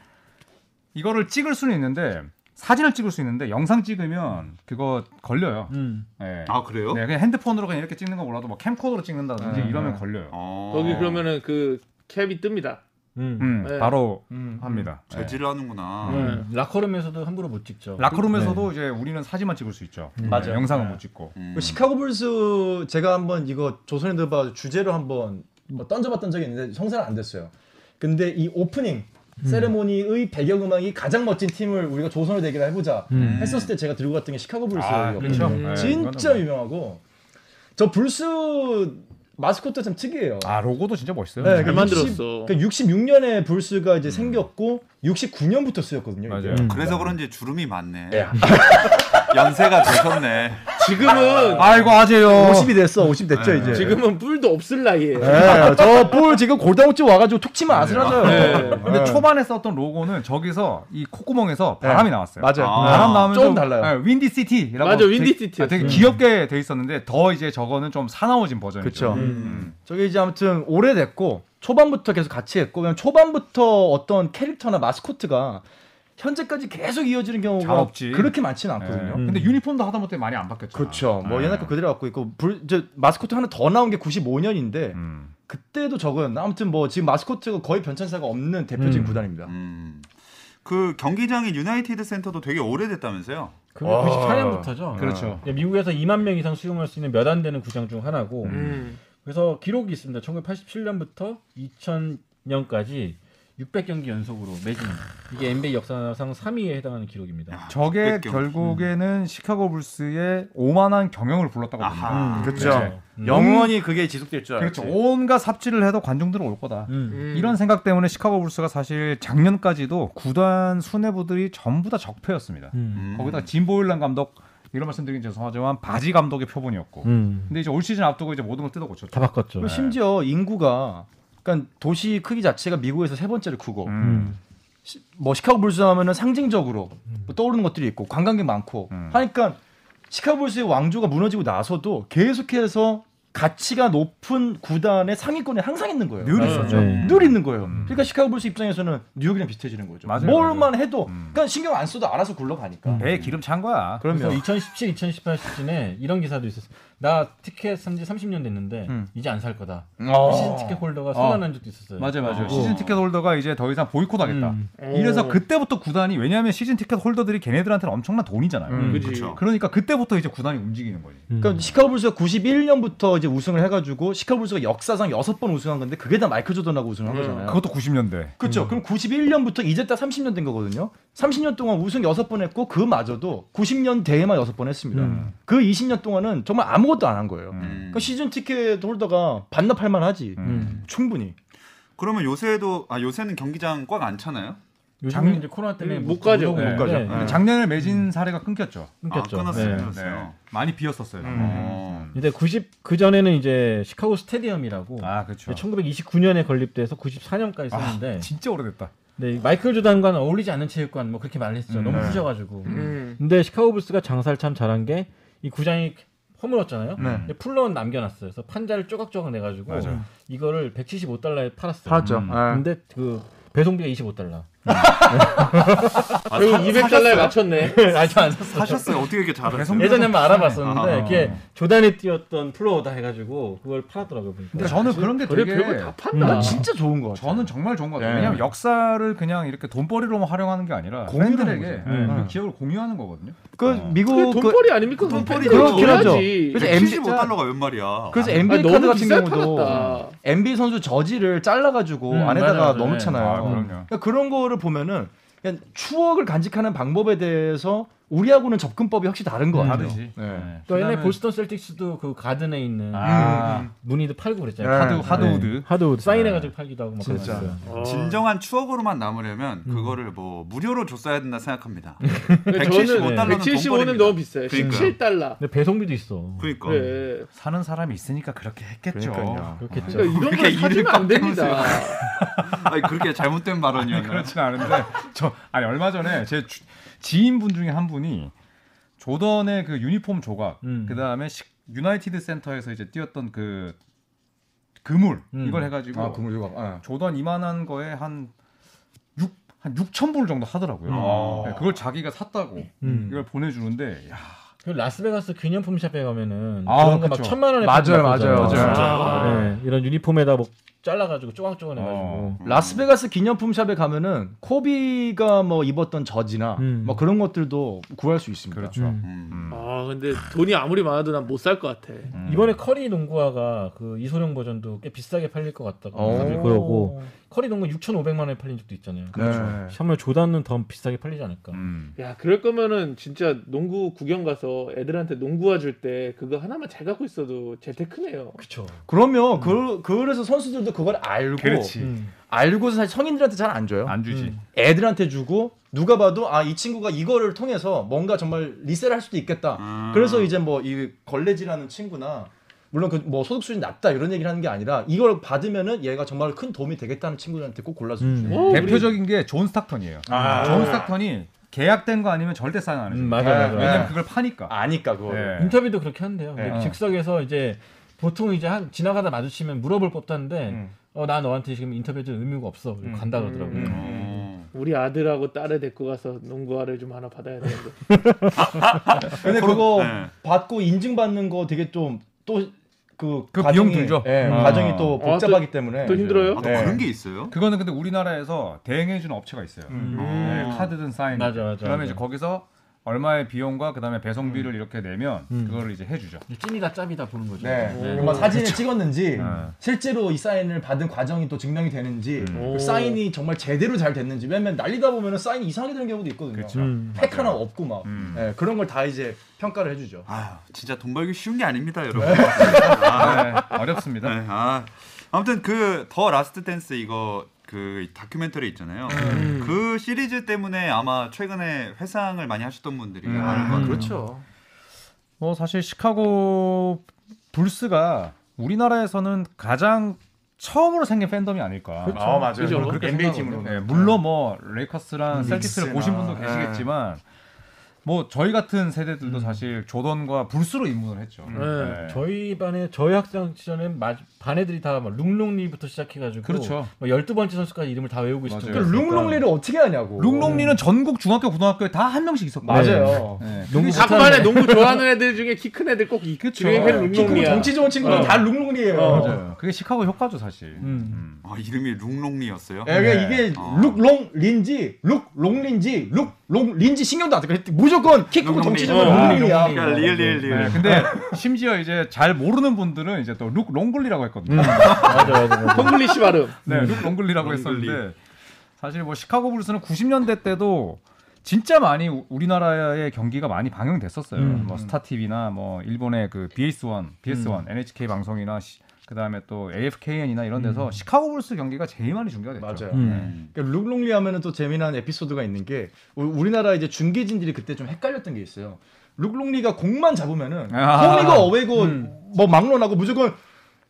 이거를 찍을 수는 있는데 사진을 찍을 수 있는데 영상 찍으면 그거 걸려요.
음.
예.
아 그래요?
네, 그냥 핸드폰으로 그냥 이렇게 찍는 거 몰라도 뭐 캠코더로 찍는다든지 이러면 걸려요.
어.
거기
아.
그러면은 그 캡이 뜹니다.
음.
음, 네.
네.
바로 합니다.
음.
예.
재질하는구나.
음. 라커룸에서도 함부로 못 찍죠.
라커룸에서도 이제 우리는 사진만 찍을 수 있죠.
음.
네,
맞아요.
영상은 못 찍고.
음.
그 시카고 불스 제가 한번 이거 조선인들바 주제로 한번
음.
뭐 던져봤던 적이 있는데 성사는 안 됐어요. 근데 이 오프닝
음.
세레모니의 배경음악이 가장 멋진 팀을 우리가 조선을 대기를 해보자
음.
했었을 때 제가 들고 갔던 게 시카고 불스였거든요.
예,
진짜
이거는
유명하고 저 불스 마스코트 참 특이해요.
뭐- 아 로고도 진짜 멋있어요.
네,
잘
그러니까
만들었어.
66년에 불스가 이제 생겼고 69년부터 쓰였거든요. 이게.
음. 맞아요.
그래서 그런지 주름이 많네. 연세가 되셨네.
지금은
아이고 아재요.
50이 됐어, 50 됐죠
네,
이제.
지금은 뿔도 없을 나이에.
예, 저볼 지금 골다공증 와가지고 툭 치면 아슬아슬.
네.
근데 초반에 썼던 로고는 저기서 이 콧구멍에서 바람이 나왔어요.
네. 맞아요.
아.
바람 나오면
조금 달라요.
윈디 시티라고.
맞아, 윈디
되게, 아, 되게 귀엽게 돼 있었는데 더 이제 저거는 좀 사나워진 버전이죠.
그쵸.
음.
그렇죠. 저게 이제 아무튼 오래됐고 초반부터 계속 같이 했고 그냥 초반부터 어떤 캐릭터나 마스코트가 현재까지 계속 이어지는
잘
경우가
없지.
그렇게 많지는
예.
않거든요.
음.
근데 유니폼도 하다못해 많이 안 바뀌었죠.
음. 그렇죠. 뭐
예.
옛날 거 그대로 갖고 있고 불, 이제 마스코트 하나 더 나온 게 95년인데
음.
그때도 저거였나? 아무튼 뭐 지금 마스코트가 거의 변천사가 없는 대표적인
음.
구단입니다.
음. 그 경기장인 유나이티드 센터도 되게 오래됐다면서요?
그 94년부터죠. 네.
그렇죠.
미국에서 2만 명 이상 수용할 수 있는 몇 안 되는 구장 중 하나고
음.
그래서 기록이 있습니다. 1987년부터 2000년까지 600경기 연속으로 매진. 이게 NBA 역사상 3위에 해당하는 기록입니다.
저게
뺏겨.
결국에는 시카고 불스의 오만한 경영을 불렀다고 봅니다. 네.
아하.
그렇죠.
음.
영원히 그게 지속될 줄 알았지.
그렇죠. 온갖 삽질을 해도 관중들은 올 거다.
음.
이런 생각 때문에 시카고 불스가 사실 작년까지도 구단 수뇌부들이 전부 다 적폐였습니다.
음.
음.
거기다 짐보일란 감독 이런 말씀드리긴 죄송하지만 바지 감독의 표본이었고.
음.
근데 이제 올 시즌 앞두고 이제 모든 걸 뜯어 고쳤죠.
다 바꿨죠.
그리고 심지어 인구가 그러니까 도시 크기 자체가 미국에서 세 번째로 크고
음.
시- 뭐 시카고 불스 하면은 상징적으로
음.
뭐 떠오르는 것들이 있고 관광객 많고
음.
하니까 시카고 불스의 왕조가 무너지고 나서도 계속해서 가치가 높은 구단의 상위권에 항상 있는 거예요.
늘 있었죠.
네.
늘 있는 거예요.
음.
그러니까 시카고 불스 입장에서는 뉴욕이랑 비슷해지는 거죠.
맞아요,
뭘만 해도
음.
그러니까 신경 안 써도 알아서 굴러가니까.
배에 기름 찬 거야.
음. 그래서
그럼요.
2017, 2018 시즌에 이런 기사도 있었어. 나 티켓 산지 30년 됐는데
음.
이제 안 살 거다.
어.
시즌 티켓 홀더가 소란한 적도 있었어요.
맞아요, 맞아요. 시즌 티켓 홀더가 이제 더 이상 보이콧하겠다.
음.
어.
이래서 그때부터 구단이 왜냐하면 시즌 티켓 홀더들이 걔네들한테는 엄청난 돈이잖아요.
음.
그렇죠.
그러니까 그때부터 이제 구단이 움직이는 거지.
음.
그러니까 시카고 불스가 91년부터 이제 우승을 해가지고 시카고 불스가 역사상 여섯 번 우승한 건데 그게 다 마이클 조던하고 우승한
음.
거잖아요.
그것도 90년대.
그렇죠. 그럼 91년부터 이제 딱 30년 된 거거든요. 30년 동안 우승 6번 했고 그마저도 90년 대에만 6번 했습니다. 그 20년 동안은 정말 아무것도 안 한 거예요.
음.
그 시즌 티켓 홀더가 반납할 만하지.
음.
충분히.
그러면 요새도 아 요새는 경기장 꽉 안 차나요?
요즘은
장-
이제 코로나 때문에
못 가죠.
오고
못
있는데
가죠.
근데 음. 작년에 매진 사례가 끊겼죠.
끊겼죠.
아 끊었어요.
네.
끊었어요.
많이 비었었어요.
어.
이제 90 그전에는 이제 시카고 스테디움이라고
아 그렇죠. 아,
1929년에 네, 건립돼서 94년까지 썼는데
진짜 오래됐다.
네, 마이클 조단과는 어울리지 않는 체육관 뭐 그렇게 말했죠.
네.
너무 후져가지고.
음.
근데 시카고 불스가 장사를 참 잘한 게 이 구장이 허물었잖아요.
네.
근데 풀러는 남겨놨어요. 그래서 판자를 쪼각쪼각 내가지고
맞아요.
이거를 175달러에 팔았어요.
팔았죠.
음.
예.
근데 그 배송비가 25달러.
아, 사-
결국 200달러에 맞췄네.
아직 안 샀어요.
사셨어요. 어떻게 이렇게 잘하세요?
배송-
예전에 한번 알아봤었는데
아.
이게 조단이 뛰었던 플로어다 해가지고 그걸 팔았더라고요. 보니까.
근데 저는 그런 게
그래
되게 음.
별걸 다 판다.
아, 진짜 좋은 거 같아요.
저는 정말 좋은 것 같아요. 왜냐하면 역사를 그냥 이렇게 돈벌이로만 활용하는 게 아니라
공유하는
팬들에게
거죠.
그
네.
기억을 공유하는 거거든요.
그
어.
미국
그게
그,
돈벌이 아닙니까?
돈벌이죠.
그렇긴 하죠.
해야지.
그래서 MB
75달러가 웬 말이야?
그래서
아,
NBA 카드
너무
같은
비싸게
경우도
팔았다.
NBA 선수 저지를 잘라가지고
음,
안에다가
맞아요, 맞아요.
넣잖아요.
아, 그럼요.
그러니까 그런 거를 보면은 그냥 추억을 간직하는 방법에 대해서 우리하고는 접근법이 확실히 다른 거 같아요.
다르지. 네.
또 옛날
그다음에-
보스턴 셀틱스도 그 가든에 있는
아,
무늬도 팔고 그랬잖아요.
하드 하드우드.
하드 사인해가지고 팔기도 하고 막
진짜.
그랬어요.
네.
진정한 추억으로만 남으려면 그거를 뭐 무료로 줬어야 된다 생각합니다.
근데
175
네, 저는
달러는
175는
돈벌입니다.
너무 비싸요.
그러니까요.
17달러.
근데 배송비도 있어.
그러니까
그래.
사는 사람이 있으니까 그렇게 했겠죠.
그러니까요. 그렇겠죠.
그러니까 이런
그렇게
걸
일을
사주면 안 됩니다.
깎으면서. 아니, 그렇게 잘못된 발언이었나요?
그렇진 않은데 저 아니 얼마 전에 제 주- 지인분 중에 한 분이 조던의 그 유니폼 조각
음.
그 다음에 유나이티드 센터에서 이제 뛰었던 그 그물
음.
이걸 해가지고
아, 그물 조각. 아.
조던 이만한 거에 한 6, 한 6천 불 정도 하더라고요. 네, 그걸 자기가 샀다고
음.
이걸 보내주는데 야,
그 라스베가스 기념품 샵에 가면은
아,
그런 거 막
그쵸.
천만 원에
맞아요, 맞아요,
네, 이런 유니폼에다 뭐 잘라가지고 쪼각쪼각해가지고
어. 음. 라스베가스 기념품 샵에 가면은 코비가 뭐 입었던 저지나
음.
뭐 그런 것들도 구할 수 있습니다.
그렇죠.
음.
아 근데 돈이 아무리 많아도 난 못 살 것 같아.
음.
이번에 커리 농구화가 그 이소룡 버전도 꽤 비싸게 팔릴 것 같다고
오.
다들 어. 그러고 커리 농구 6,500만 원에 팔린 적도 있잖아요.
그렇죠.
정말 조단은 더 비싸게 팔리지 않을까.
음.
야 그럴 거면은 진짜 농구 구경 가서 애들한테 농구화 줄 때 그거 하나만 잘 갖고 있어도 재테크네요.
그렇죠.
그러면 그, 그래서 선수들도 그걸 알고
그렇지.
음.
알고서 사실 성인들한테 잘 안 줘요.
안 주지.
애들한테 주고 누가 봐도 아 이 친구가 이거를 통해서 뭔가 정말 리셀할 수도 있겠다. 그래서 이제 뭐 이 걸레지라는 친구나 물론 그 뭐 소득 수준이 낮다 이런 얘기를 하는 게 아니라 이걸 받으면은 얘가 정말 큰 도움이 되겠다는 친구들한테 꼭 골라서 주죠.
음.
오, 어, 우리-
대표적인 게 존 스타턴이에요. 존 스타턴이 계약된 거 아니면 절대 사인 안 해줘.
아. 음, 맞아, 맞아.
네, 왜냐면 그걸 파니까.
아니까 그거.
예.
인터뷰도 그렇게 한대요. 근데
네.
즉석에서 이제 보통 이제 한 지나가다 마주치면 물어볼 법도한데
음.
어나 너한테 지금 인터뷰해줄 의무가 없어. 그리고 간다 그러더라고요.
음.
음.
우리 아들하고 딸을 데리고 가서 농구화를 좀 하나 받아야 되는데.
근데 그거
네.
받고 인증받는 거 되게 좀 또 그
그 비용 들죠.
예,
아.
과정이 또
아, 또-
복잡하기 때문에
또 힘들어요?
아, 또
네.
그런 게 있어요?
그거는 근데 우리나라에서 대행해주는 업체가 있어요. 네, 카드든 사인.
음. 맞아, 맞아,
그러면
맞아.
이제 거기서 얼마의 비용과 그다음에 배송비를 이렇게 내면
음.
그거를 이제 해주죠.
찐이다 짭이다 보는 거죠.
네.
네.
정말 사진을 찍었는지
음.
실제로 이 사인을 받은 과정이 또 증명이 되는지
어.
그 사인이 정말 제대로 잘 됐는지 왜냐면 날리다 보면 사인이 이상하게 되는 경우도 있거든요.
그렇죠.
음.
팩 하나 없고 막
음.
예, 그런 걸 다 이제 평가를 해주죠.
아, 진짜 돈 벌기 쉬운 게 아닙니다, 여러분.
네, 어렵습니다.
네, 아. 아무튼 그 더 라스트 댄스 이거 그 다큐멘터리 있잖아요.
음.
그 시리즈 때문에 아마 최근에 회상을 많이 하셨던 분들이
음.
많을 것 같아요.
그렇죠.
뭐 사실 시카고 불스가 우리나라에서는 가장 처음으로 생긴 팬덤이 아닐까.
아 맞아요.
그죠?
저는 그렇게
NBA
생각하거든요.
네, 물론 뭐 레이커스랑 셀틱스를 보신 분도
네.
계시겠지만 뭐 저희 같은 세대들도 사실 조던과 불스로 입문을 했죠.
네.
네.
저희 반에 저희 학생 시절에 마- 반 애들이 다막 룽룽리부터 시작해가지고
그렇죠.
막 12번째 선수까지 이름을 다 외우고 있었던
맞아요.
거였으니까.
룽롱리를 어떻게 하냐고.
룽롱리는 전국 중학교 고등학교에 다 한 명씩 있었고
맞아요.
네.
농구
자판에 농구 좋아하는 애들 중에 키 큰 애들 꼭 있고
그쵸.
주위에
키 크고
롱롱이야.
정치 좋은 친구들
어.
다 룽롱리예요.
어.
맞아요. 그게 시카고 효과죠 사실. 음.
아, 이름이 룽롱리였어요?
네.
예, 그러니까 이게
어.
룩롱린지 룩롱린지 룩롱린지 신경도 안 쓰고 무조건 키 크고
룽롱리.
정치적으로
어.
룽롱리야.
룽롱리.
그러니까 리얼 리얼 리얼.
네, 근데 심지어 이제 잘 모르는 분들은 이제 또 룩 롱글리라고 했거든요.
맞아 맞아. 맞아.
콩글리시 발음.
네, 룩 롱글리라고 했었는데 사실 뭐 시카고 불스는 90년대 때도 진짜 많이 우- 우리나라의 경기가 많이 방영됐었어요.
음.
뭐 스타 TV나 뭐 일본의 그 BS1, BS1,
음.
NHK 방송이나 시- 그다음에 또 AFKN이나 이런 데서 시카고 불스 경기가 제일 많이 중계가 됐죠.
음. 맞아요.
음.
그러니까 룩롱리 하면은 또 재미난 에피소드가 있는 게 우- 우리나라 이제 중계진들이 그때 좀 헷갈렸던 게 있어요. 룩롱리가 공만 잡으면은
아.
홈이고 어웨이고 뭐 막론하고 무조건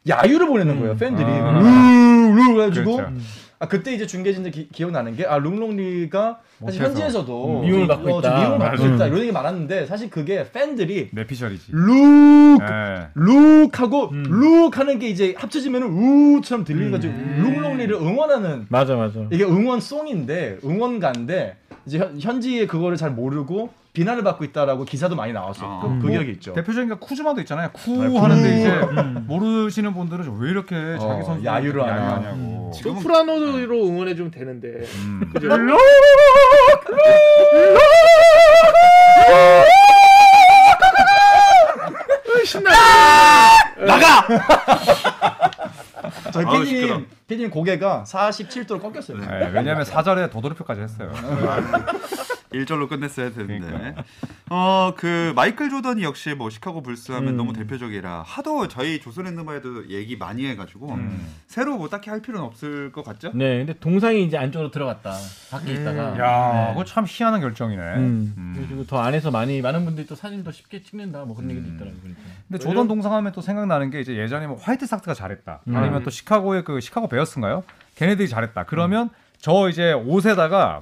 야유를 보내는 거예요 팬들이
아.
루루 해가지고
그렇죠.
아 그때 이제 중계진들 기, 기억나는 게 아 룩롱리가 사실
못해서.
현지에서도
음, 미움을 받고
어, 좀
있다.
미움을 받고
맞아요.
있다 이런 얘기 많았는데 사실 그게 팬들이
내 피셜이지.
룩
예.
룩하고 룩 하는 게 이제 합쳐지면은 우처럼 들리가지고 룩롱리를 응원하는
맞아 맞아.
이게 응원송인데 응원가인데 이제 현, 현지에 그거를 잘 모르고 비난을 받고 있다라고 기사도 많이 나왔어.
아.
그, 그 기억이 있죠.
대표적인 게 쿠즈마도 있잖아요. 쿠 하는데 이제 모르시는 분들은 저왜 이렇게 자기
음. 어,
선수
야유를 하나.
야유하냐고.
또
지금은
프라노로 응원해 주면 되는데.
음.
그죠?
저희
아우,
피디님
시끄러워.
피디님 고개가 47도로 꺾였어요.
예, 네, 왜냐하면 사절에 도돌이표까지 했어요.
1절로 끝냈어야 되는데. 어, 그 마이클 조던이 역시 뭐 시카고 불스 하면
음.
너무 대표적이라 하도 저희 조선랜드마에도 얘기 많이 해 가지고
음.
음.
새로 뭐 딱히 할 필요는 없을 것 같죠?
네, 근데 동상이 이제 안쪽으로 들어갔다. 밖에 있다가.
야,
네.
그거 참 희한한 결정이네.
음.
음.
그리고 더 안에서 많이 많은 분들이 또 사진도 쉽게 찍는다 뭐 그런 얘기도 있더라고요. 그러니까.
근데 조던 동상하면 또 생각나는 게 이제 예전에 뭐 화이트 삭스가 잘했다. 아니면 또 시카고의 그 시카고 베어스인가요? 걔네들이 잘했다. 그러면 저 이제 옷에다가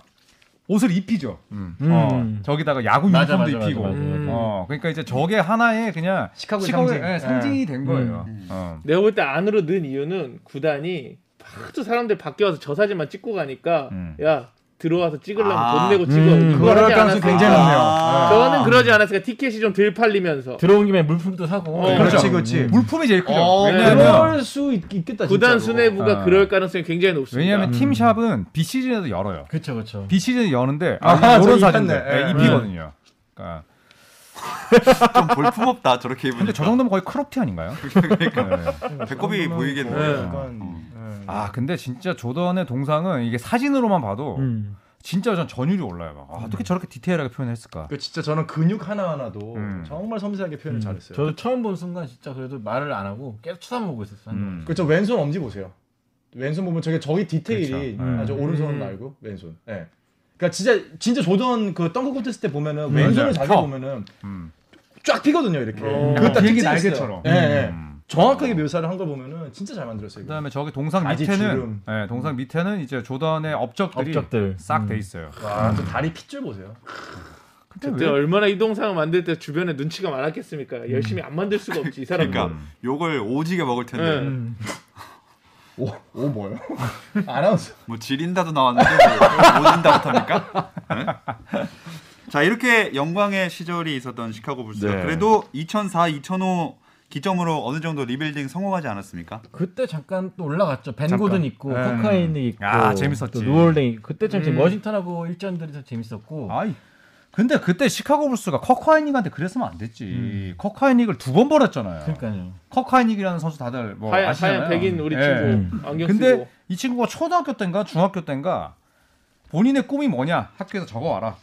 옷을 입히죠. 어,
음.
저기다가 야구
맞아,
유니폼도
맞아,
입히고.
맞아, 맞아, 맞아.
어, 그러니까 이제 저게 하나의 그냥
시카고의 상징.
예, 상징이 된 거예요. 어.
내가 볼 때 안으로 넣은 이유는 구단이 하도 사람들 밖에 와서 저 사진만 찍고 가니까
음.
야 들어와서 찍으려면
아.
돈 내고 찍어.
음,
그걸 하지
가능성이
않았으니까.
굉장히 높네요.
저는 그러지 않았으니까 티켓이 좀 덜 팔리면서
들어온 김에 물품도 사고.
어,
그렇죠.
그렇지, 그렇지. 음. 물품이 제일 크죠.
어,
왜냐하면
그럴 수 있, 있겠다. 진짜로.
구단 수뇌부가
아.
그럴 가능성이 굉장히 높습니다.
왜냐하면 팀샵은 비시즌에도 열어요.
그렇죠. 그렇죠.
비시즌 여는데
아,
아, 이런
저기
사진들
입혔네.
네,
예.
입히거든요. 그러니까
좀 볼품없다. 저렇게 입으니까.
근데 저 정도면 거의 크롭티 아닌가요?
그러니까.
네.
음, 배꼽이 보이겠네. 음.
네.
예.
아 근데 진짜 조던의 동상은 이게 사진으로만 봐도
음.
진짜 전 전율이 올라요. 막. 아, 어떻게 저렇게 디테일하게 표현했을까?
그 진짜 저는 근육 하나하나도
음.
정말 섬세하게 표현을 잘했어요.
저도 처음 본 순간 진짜 그래도 말을 안 하고 계속 쳐다보고 있었어요.
음.
그렇죠. 왼손 엄지 보세요. 왼손 보면 저게 저기 디테일이
그렇죠. 음.
아주 오른손 말고 왼손. 예. 그러니까 진짜 진짜 조던 그 덩크 콘테스트 때 보면은
맞아요.
왼손을 자세히
음. 펴.
보면은
음.
쫙 피거든요 이렇게.
어,
딱
비행기
특징이
날개처럼.
있어요. 예. 예.
음.
정확하게 묘사를 한 걸 보면은 진짜 잘 만들었어요. 이거.
그다음에 저기 동상
가지
밑에는
주름. 음.
네, 동상 밑에는 이제 조던의 업적들이
업적들.
싹 돼 있어요.
와, 저 다리 핏줄 보세요.
근데
그때
왜
얼마나 이 동상을 만들 때 주변에 눈치가 많았겠습니까? 열심히 안 만들 수가 없지 이 사람들.
그러니까
음.
요걸 오지게 먹을 텐데
네.
오, 오 어, 뭐요? 아나운서.
뭐 지린다도 나왔는데 뭐 오진다 못합니까? 네? 자 이렇게 영광의 시절이 있었던 시카고 불스가
네.
그래도 2004, 2005 기점으로 어느 정도 리빌딩 성공하지 않았습니까?
그때 잠깐 또 올라갔죠. 벤 고든 있고 코카인이 있고
아, 재밌었지.
또 루올랭 있고. 그때 참 음. 워싱턴하고 일전들이 참 재밌었고
아이 근데 그때 시카고 불스가 커카이닉한테 그랬으면 안 됐지.
음.
커카이닉을 두 번 버렸잖아요.
그러니까요.
커카이닉이라는 선수 다들 뭐
하얀,
아시잖아요.
하얀 백인 우리
예.
친구 안경
근데
쓰고
이 친구가 초등학교 때인가 중학교 때인가 본인의 꿈이 뭐냐 학교에서 적어와라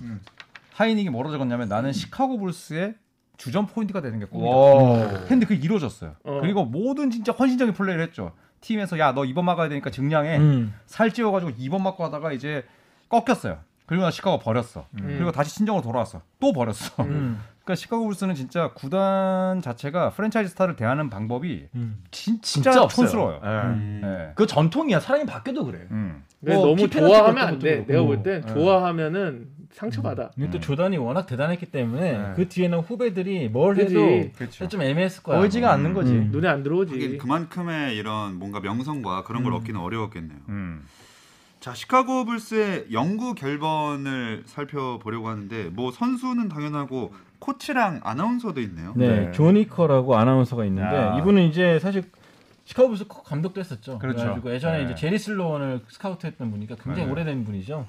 하이닉이 뭐라 적었냐면 나는 시카고 불스의 주전 포인트가 되는 게 꿈이다 했는데 그게 이루어졌어요
어.
그리고 모든 진짜 헌신적인 플레이를 했죠 팀에서 야 너 2번 막아야 되니까 증량해
음.
살 찌워가지고 2번 맞고 하다가 이제 꺾였어요 그리고 나 시카고 버렸어 그리고 다시 친정으로 돌아왔어 또 버렸어
음.
그러니까 시카고 불스는 진짜 구단 자체가 프랜차이즈 스타를 대하는 방법이
음.
진짜,
진짜 없어요.
촌스러워요
예.
예.
그 전통이야. 사람이 바뀌어도 그래.
음.
근데
뭐
네, 너무
키 페널티
좋아하면
같은
안
것도
돼.
그렇고.
내가 볼 땐 좋아하면은 상처받아.
근데 또 조단이 워낙 대단했기 때문에
네.
그 뒤에는 후배들이 뭘
그지.
해도
그렇죠.
좀 애매했을 거야.
보이지가
아마.
않는 거지.
음.
눈에 안
네.
들어오지.
하긴 그만큼의 이런 뭔가 명성과 그런 걸 얻기는 어려웠겠네요.
음.
자 시카고 불스의 연구 결번을 살펴보려고 하는데 뭐 선수는 당연하고 코치랑 아나운서도 있네요.
네,
네.
조니커라고 아나운서가 있는데
아.
이분은 이제 사실 시카고 불스 컵 감독도 했었죠.
그렇죠.
래가지고 예전에
네.
이제 제리 슬로원을 스카우트했던 분이니까 굉장히
네.
오래된 분이죠.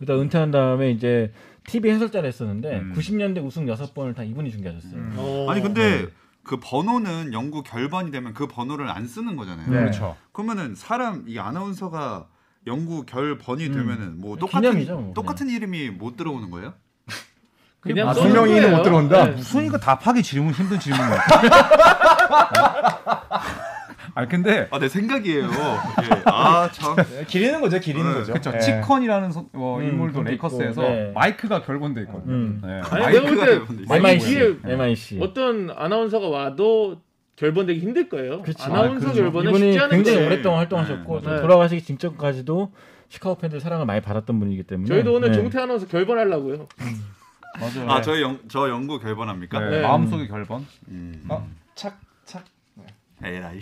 일단 은퇴한 다음에 이제 TV 해설자를 했었는데
음.
90년대 우승 6번을 다 이분이 중계하셨어요.
어.
아니 근데 그 번호는 연구 결번이 되면 그 번호를 안 쓰는 거잖아요.
그렇죠.
그러면은 사람 이 아나운서가 연구 결번이
음.
되면은 뭐
그냥
똑같은
기념이죠, 뭐 그냥.
똑같은 이름이 못 들어오는 거예요?
그냥
아,
쏘는
분명히는 못
거예요.
들어온다?
네.
무슨 이거 답하기 질문 힘든 질문이야. 아니 근데
아 내 생각이에요. 예. 아참
기리는 거죠. 기리는
네,
거죠.
그렇죠.
예.
치컨이라는 선- 어,
음,
인물도
그것도 있고,
레이커스에서
네.
마이크가 결번돼 있거든요.
음.
네.
아니 내가
마이크가
볼 때
대본도 있어요.
MIC,
이게
MIC.
어떤 아나운서가 와도 결번되기 힘들 거예요.
그치.
아,
아나운서
그렇죠.
결번은
이분이
쉽지 않은
굉장히
거예요.
오랫동안 활동하셨고
네,
또
맞아요.
돌아가시기 직전까지도 시카고 팬들 사랑을 많이 받았던 분이기 때문에
저희도 오늘
네.
종태 아나운서 결번하려고요.
맞아요.
아 저 연 저 연구 결번합니까?
네.
네.
마음속의 결번.
음.
어, 착, 착.
에라이.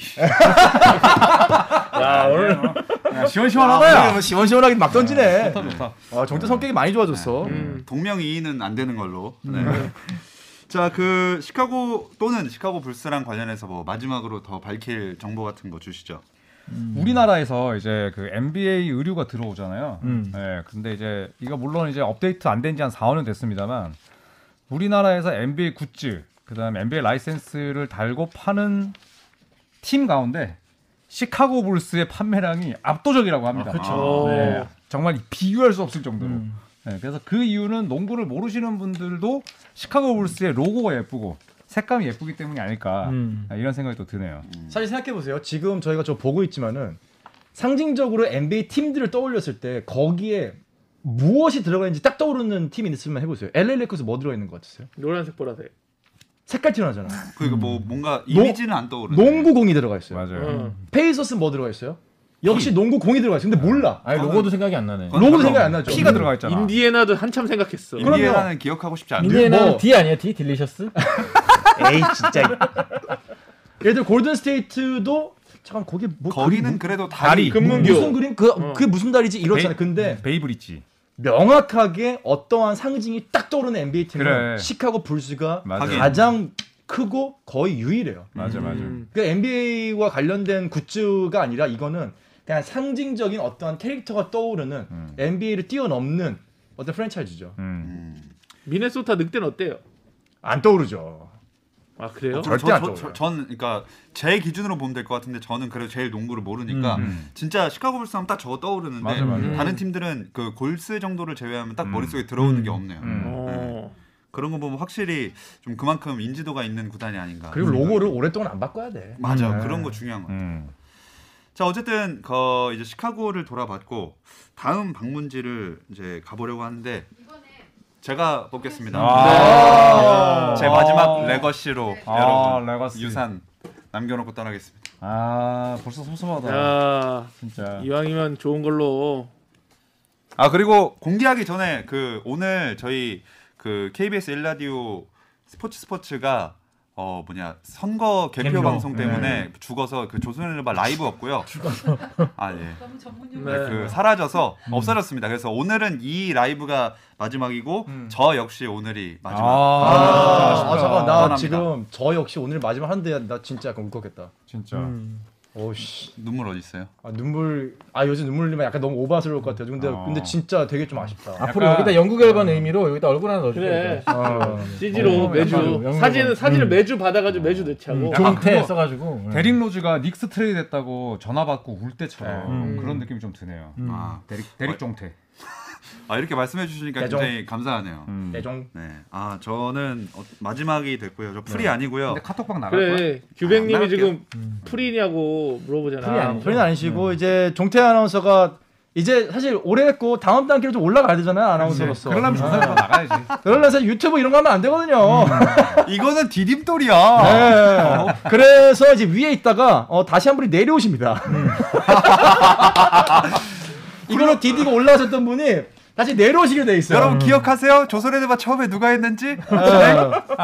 야 오늘
아,
시원시원하다.
오늘 시원시원하게 막 던지네.
네. 좋다 좋다.
아, 정태 성격이 많이 좋아졌어.
음.
동명이인은 안 되는 걸로. 네. 자 그 시카고 또는 시카고 불스랑 관련해서 뭐 마지막으로 더 밝힐 정보 같은 거 주시죠.
음. 우리나라에서 이제 그 NBA 의류가 들어오잖아요.
음.
예, 근데 이제 이거 물론 이제 업데이트 안 된 지 한 4, 5년 됐습니다만 우리나라에서 NBA 굿즈, 그다음에 NBA 라이센스를 달고 파는 팀 가운데 시카고 불스의 판매량이 압도적이라고 합니다.
그쵸. 음.
아,
네.
정말 비교할 수 없을 정도로. 네, 그래서 그 이유는 농구를 모르시는 분들도 시카고 불스의 로고가 예쁘고 색감이 예쁘기 때문이 아닐까
음.
아, 이런 생각이 또 드네요.
사실 생각해 보세요. 지금 저희가 저 보고 있지만은 상징적으로 NBA 팀들을 떠올렸을 때 거기에 무엇이 들어가 있는지 딱 떠오르는 팀이 있으면 해보세요. LA 레이커스 뭐 들어가 있는 것 같으세요?
노란색 보라색.
색깔 튀어나잖아.
그러니까 뭐 뭔가 이미지는 안 떠오르네.
농구공이 들어가
음.
있어요.
맞아요.
음.
어.
페이서스 뭐 들어가 있어요? 역시 농구공이 들어가 있어요. 근데 몰라.
아니 로고도 생각이 안 나네.
로고도 생각이 안 나죠.
피가 들어가 있잖아.
인디애나도 한참 생각했어.
그럼요.
인디애나는 기억하고 싶지 않네.
인디애나
뭐-
D 아니야 D 딜리셔스?
에이 진짜. 예를 들어 골든 스테이트도 잠깐 거기 뭐
거리는
그림-
그래도 다리.
금문교.
무슨 그림 그 그 무슨 다리지 이렇잖아.
음. 베이-
근데
베이브리지.
명확하게 어떠한 상징이 딱 떠오르는 NBA 팀은
그래.
시카고 불스가
맞아.
하긴. 음.
가장 크고 거의 유일해요.
맞아 맞아. 음.
음.
그 NBA와 관련된 굿즈가 아니라 이거는 그냥 상징적인 어떠한 캐릭터가 떠오르는
음.
NBA를 뛰어넘는 어떤 프랜차이즈죠.
음.
미네소타 늑대는 어때요?
안 떠오르죠.
아 그래요?
저-
절대 안
저- 저-
떠올라요.
저는 그러니까 제 기준으로 보면 될 것 같은데 저는 그래도 제일 농구를 모르니까
음.
진짜 시카고 불스 하면 딱 저거 떠오르는데
맞아, 맞아.
다른 팀들은 그 골스 정도를 제외하면 딱
음.
머릿속에 들어오는 게 없네요.
음.
어.
그런 거 보면 확실히 좀 그만큼 인지도가 있는 구단이 아닌가.
그리고 로고를 오랫동안 안 바꿔야 돼.
맞아 그런 거 중요한 거. 같아요.
음.
자 어쨌든 그 이제 시카고를 돌아봤고 다음 방문지를 이제 가보려고 하는데
이번에
제가 뽑겠습니다. 네.
아.
제 마지막 레거시로
아,
여러분
레거시.
유산 남겨놓고 떠나겠습니다.
아 벌써 섭섭하다.
어. 야
진짜.
이왕이면 좋은 걸로.
아 그리고 공개하기 전에 그 오늘 저희 그 KBS 일라디오 스포츠 스포츠가 어 뭐냐 선거 개표
개표.
방송 때문에 죽어서 그 조선일보 라이브 없고요. 죽어서 아 예.
너무 전문용
네.
그 사라져서 없어졌습니다. 그래서 오늘은 이 라이브가 마지막이고 저 역시 오늘이 마지막.
음. 아,
아,
잠깐 나
떠납니다.
지금 저 역시 오늘 마지막 하는데 나 진짜 약간 울컥했다.
진짜.
음.
음.
오씨.
눈물 어디 있어요?
아, 눈물 아 요새 눈물 흘리면 약간 너무 오바스러울 것 같아요. 근데
어.
근데 진짜 되게 좀 아쉽다.
앞으로 여기다 영국 앨범 의미로 여기다 얼굴 하나 넣어줄게.
그래.
아.
CG로
어,
매주
약간 영국
사진은
앨범.
사진을
음.
매주 받아가지고 매주 넣자고.
종태
그거-
써가지고. 음.
음. 데릭 로즈가 닉스 트레이드 했다고 전화 받고 울
네.
때처럼
음.
그런 느낌이 좀 드네요.
아,
데릭 데릭 종태.
아 이렇게 말씀해 주시니까
대종.
굉장히 감사하네요.
음. 대종
네, 아 저는 어, 마지막이 됐고요. 저
네.
풀이 아니고요.
근데 카톡방 나갈 거야?
그래 규백님이
안 나갈게요.
지금 풀이냐고 물어보잖아.
풀이 아니죠.
소리는 아니시고 이제 종태 아나운서가 이제 사실 오래 했고 다음 단계로 좀 올라가야 되잖아요 아나운서로서.
네,
아.
그러려면 조선일보 나가야지.
그러려면 사실 유튜브 이런 거 하면 안 되거든요.
이거는 디딤돌이야.
네. 그래서 이제 위에 있다가 어, 다시 한 분이 내려오십니다. 이걸로 디디고 올라오셨던 분이 다시 내려오시게 돼 있어요.
여러분 기억하세요? 조선에드바 처음에 누가 했는지?
네.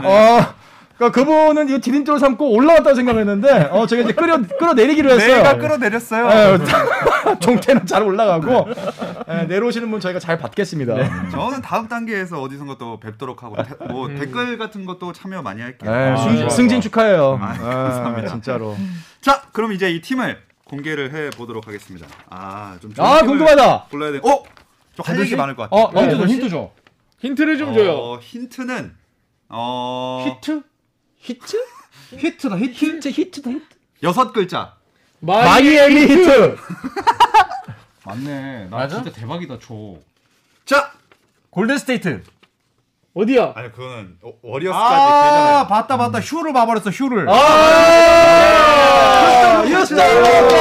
어, 그러니까 그분은 이거 디딤돌 삼고 올라왔다고 생각했는데 어, 저게 이제 끌어 끌어 내리기로 했어요.
내가 끌어내렸어요.
예, 종태는 잘 올라가고 예, 내려오시는 분 저희가 잘 받겠습니다.
저는 다음 단계에서 어디선가 또 뵙도록 하고 태- 뭐
음.
댓글 같은 것도 참여 많이 할게요.
예, 승-
좋아,
승진 축하해요.
아,
예,
감사합니다.
진짜로.
자, 그럼 이제 이 팀을 공개를 해 보도록 하겠습니다. 아, 좀 좋은
아
팀을
궁금하다.
골라야 돼. 어? 좀할 얘기 많을 것 같아요.
어, 어,
힌트 줘 힌트 줘.
힌트를 좀 줘요.
어, 힌트는 어
히트? 히트? 히트다 히트. 히트 히트다 히트.
여섯 글자.
아, 마이
마이애미 히트.
맞네. 나
맞아?
진짜 대박이다, 초.
자,
골든 스테이트.
어디야?
아니 그거는 어, 워리어스까지
아
되잖아요.
봤다 봤다
음.
휴를 봐버렸어 휴를.
아!
예!
유스타.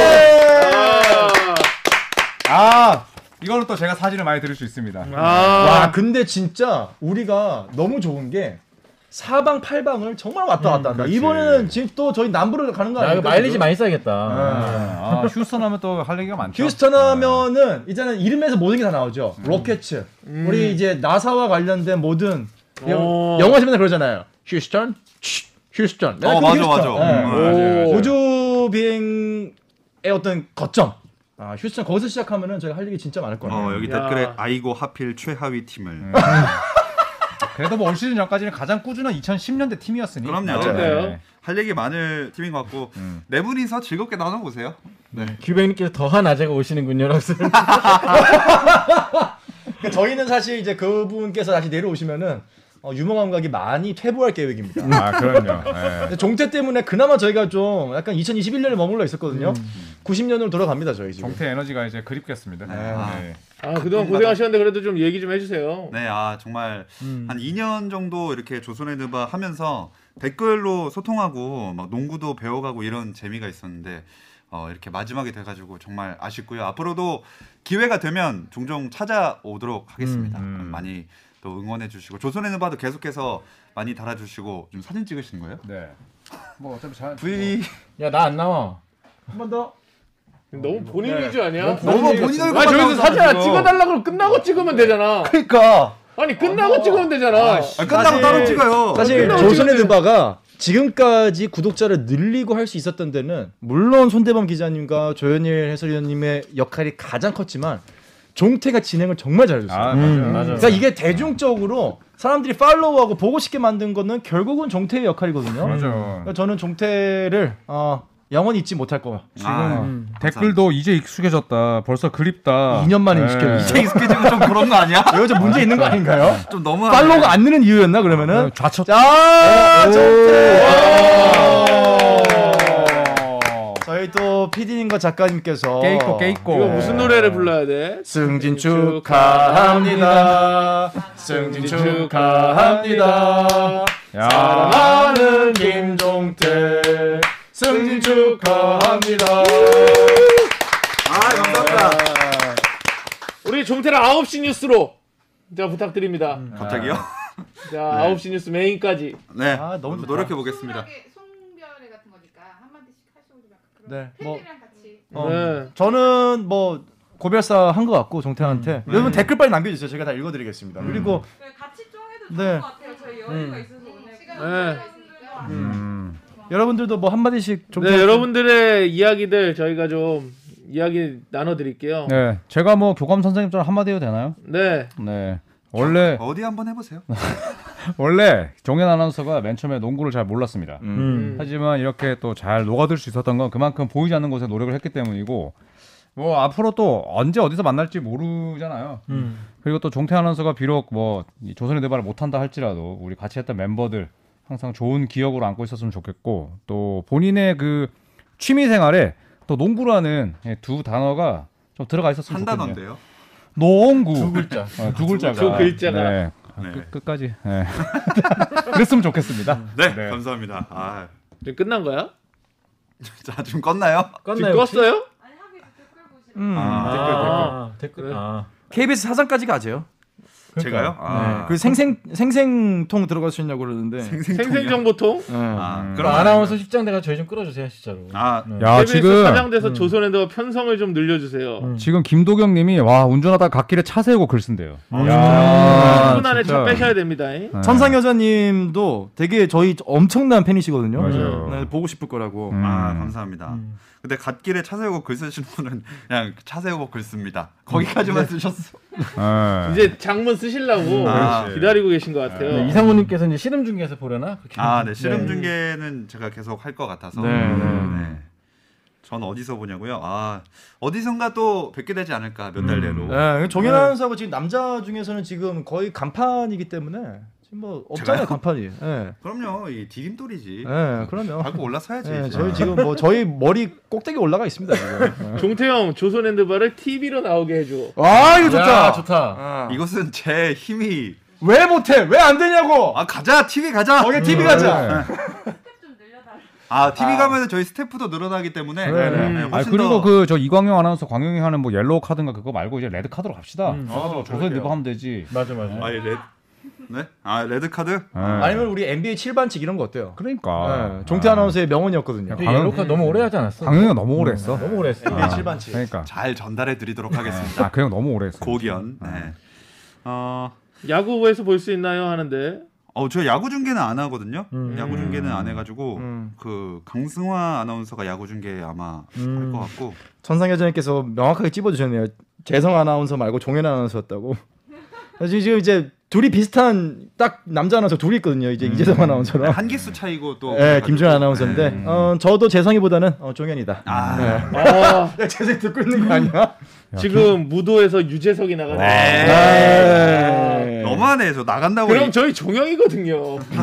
아, 이걸로 또 제가 사진을 많이 들을 수 있습니다.
와
아,
근데 진짜 우리가 너무 좋은 게 사방 팔방을 정말 왔다 갔다 한다.
그렇지.
이번에는 지금 또 저희 남부를 가는 거
야, 이거
아니에요?
마일리지 많이 쌓이겠다.
아, 휴스턴 하면 또 할 얘기가 많죠.
휴스턴
아.
하면은 이제는 이름에서 모든 게 다 나오죠.
음.
로켓츠. 우리 이제 나사와 관련된 모든
오.
영화에서 맨날 그러잖아요. 휴스턴, 쉿, 휴스턴. 맨날
어,
그게
맞아 맞아.
휴스턴. 예.
음, 맞아, 맞아.
오.
우주 비행의 어떤 거점. 아, 휴스턴 거기서 시작하면은 저희가 할 얘기 진짜 많을 거예요.
어 여기
야.
댓글에 아이고 하필 최하위 팀을
그래도 뭐 올 시즌 전까지는 가장 꾸준한 2010년대 네. 팀이었으니.
그럼요.
맞아요.
할 얘기 많을 팀인 것 같고 네 분이서 즐겁게 나눠보세요.
규백님께서 더한 아재가 오시는군요, 라스.
그러니까 저희는 사실 이제 그분께서 다시 내려오시면은 어, 유머 감각이 많이 퇴보할 계획입니다.
아, 그럼요. 예.
음.
근데 종태 때문에 그나마 저희가 좀 약간 2021년에 머물러 있었거든요. 90년으로 돌아갑니다 저희 지금.
정태 에너지가 이제 그립겠습니다. 네.
아 그동안 고생하셨는데 그래도 좀 얘기 좀 해주세요.
네, 아 정말 한 2년 정도 이렇게 조선의 드바 하면서 댓글로 소통하고 막 농구도 배워가고 이런 재미가 있었는데 어, 이렇게 마지막이 돼가지고 정말 아쉽고요. 앞으로도 기회가 되면 종종 찾아오도록 하겠습니다.
음, 음.
많이 또 응원해주시고 조선의 드바도 계속해서 많이 달아주시고 좀 사진 찍으신 거예요?
네. 뭐 어차피 잘
V
야 나 안 나와.
너무 본인 위주 아니야?
너무 본인 얼굴
아 저기서 사진 하나 찍어달라 그러면 끝나고 찍으면 되잖아.
그러니까
아니 끝나고 찍으면 되잖아.
아, 끝나고 따로 찍어요.
사실
끝나고
조선의
찍었지.
드바가 지금까지 구독자를 늘리고 할 수 있었던 데는 물론 손대범 기자님과 조현일 해설위원님의 역할이 가장 컸지만 종태가 진행을 정말 잘해줬어요.
아,
음.
맞아요.
그러니까 이게 대중적으로 사람들이 팔로우하고 보고 싶게 만든 거는 결국은 종태의 역할이거든요.
맞아요.
그러니까 저는 종태를 어, 영원히 잊지 못할 거야.
아,
음. 댓글도 이제 익숙해졌다. 벌써 그립다.
2년 만에
네.
익숙해졌다.
이제 익숙해지면 좀 그런 거 아니야?
여기 좀 문제 있는 거 아닌가요?
좀 너무
팔로우가 안 느는 이유였나 그러면은?
좌측.
자, 종태.
어.
저희 또 PD님과 작가님께서
깨있고 깨있고.
이거 무슨 노래를 불러야 돼?
승진 축하합니다. 승진 축하합니다.
야.
사랑하는 김종태 승진 축하합니다. 예.
아, 감사합니다.
우리 종태를 9시 뉴스로 자 부탁드립니다.
갑자기요?
자 9시 뉴스 메인까지.
네.
아, 너무 좋다.
노력해 보겠습니다.
송별회 같은 거니까 한 마디씩 하시고 그냥 그런
네, 뭐-
팬들이랑 같이
어,
네.
저는 뭐 고별사 한 것 같고 종태한테 여러분 댓글 빨리 남겨주세요. 제가 다 읽어드리겠습니다. 그리고
그냥 같이 좀 해도 좋을
네.
것 같아요. 저희 여유가
음.
있어서 오늘
네.
음.
여러분들도 뭐 한 마디씩 좀
네 여러분들의 이야기들 저희가 좀 이야기 나눠드릴게요. 네.
네. 제가 뭐 교감 선생님처럼 한마디 해도 되나요? 네. 원래
어디 한번 해보세요.
원래 정현 아나운서가 맨 처음에 농구를 잘 몰랐습니다.
음.
하지만 이렇게 또 잘 녹아들 수 있었던 건 그만큼 보이지 않는 곳에 노력을 했기 때문이고 뭐 앞으로 또 언제 어디서 만날지 모르잖아요. 음. 그리고 또 종태 아나운서가 비록 뭐이 조선의 대발을 못한다 할지라도 우리 같이 했던 멤버들 항상 좋은 기억으로 안고 있었으면 좋겠고 또 본인의 그 취미 생활에 또 농구라는 이두 단어가 좀 들어가 있었으면
한
좋겠네요.
단어인데요.
농구 두 글자 두 글자가
두 글자가.
네.
네.
끝, 끝까지 네. 그랬으면 좋겠습니다.
네,
네.
감사합니다. 아,
지금 끝난 거야?
자, 지금 껐나요?
지금 껐어요?
아니 하고 이제 댓글 보시면
음.
아,
아, 댓글
그래.
댓글. 아.
KBS 사상까지 가죠.
제가요? 아,
네.
그 생생 생생통 들어갈 수 있냐고 그러는데.
생생정보통?
네.
아,
그럼
그럼
아나운서 10장대가 저희 좀 끌어주세요 진짜로.
아,
야
KBS
지금 음.
사장돼서 조선에도 편성을 좀 늘려주세요.
지금 김도경님이 와 운전하다 갓길에 차 세우고 글 쓴대요.
아,
야,
10분 안에 차
진짜.
빼셔야 됩니다. 잉?
네.
천상여자님도 되게 저희 엄청난 팬이시거든요.
맞아요.
음.
네, 보고 싶을 거라고.
음.
아, 감사합니다. 근데 갓길에 차 세우고 글 쓰시는 분은 그냥 차 세우고 글 씁니다. 거기까지만 쓰셨어.
네.
이제 장문 쓰시려고
아,
기다리고 계신 것 같아요.
네, 이상호님께서 이제 씨름 중계에서 보려나? 그렇게
아, 네, 씨름 중계는 제가 계속 할 것 같아서.
네,
네. 전 어디서 보냐고요? 아, 어디선가 또 뵙게 되지 않을까 몇 달 내로.
예, 종현 아나운서하고 지금 남자 중에서는 지금 거의 간판이기 때문에 지금 뭐 없잖아요
제가요?
간판이. 예,
그럼요, 이 디딤돌이지.
예, 그럼요.
밟고 올라서야지.
예,
이제.
저희 지금 뭐 저희 머리 꼭대기 올라가 있습니다 지금.
종태형 조선핸드바를 TV로 나오게 해줘.
와 이거 좋다.
야, 좋다.
아.
이것은 제 힘이.
왜 못해? 왜 안 되냐고.
아, 가자, TV 가자. 음. 네.
거기 TV 가자.
네.
스텝 좀 늘려달라.
아 TV 가면 저희 스태프도 늘어나기 때문에 네,
네, 네.
훨씬
아 그리고
더-
그 저 이광용 아나운서 광용이 하는 뭐 옐로우 카드인가 그거 말고 이제 레드 카드로 갑시다.
음,
어,
조선 리버 하면 되지.
맞아 맞아.
아니 예. 레드 네? 아 레드 카드?
네.
아니면 우리 NBA 7반칙 이런 거 어때요?
그러니까
예, 종태 아나운서의 명언이었거든요.
근데 옐로카 너무 오래 하지 않았어?
광용이가 너무 오래 했어.
너무 오래 했어.
아,
일반치.
그러니까
잘 전달해 드리도록 하겠습니다.
아 그냥 너무 오래 했어.
고견. 네. 어,
야구부에서 볼 수 있나요? 하는데
어, 저 야구 중계는 안 하거든요.
음.
야구 중계는 안 해가지고 그 강승화 아나운서가 야구 중계 아마
음.
할 것 같고.
어.
천상여자님께서 명확하게 찝어주셨네요. 재성 아나운서 말고 종현 아나운서였다고. 사실 지금 이제 둘이 비슷한 딱 남자 아나운서 둘이 있거든요. 이제 이재성
네,
아나운서랑
한기수 차이고 또.
예,
그래가지고.
김종현 아나운서인데
네.
어, 저도 재성이보다는 어, 종현이다.
아,
네.
아,
야, 재성 듣고 있는 거 아니야?
지금 무도에서 유재석이 나가네.
네.
에이.
너무하네. 저 나간다고.
그럼
얘기-
저희 종영이거든요.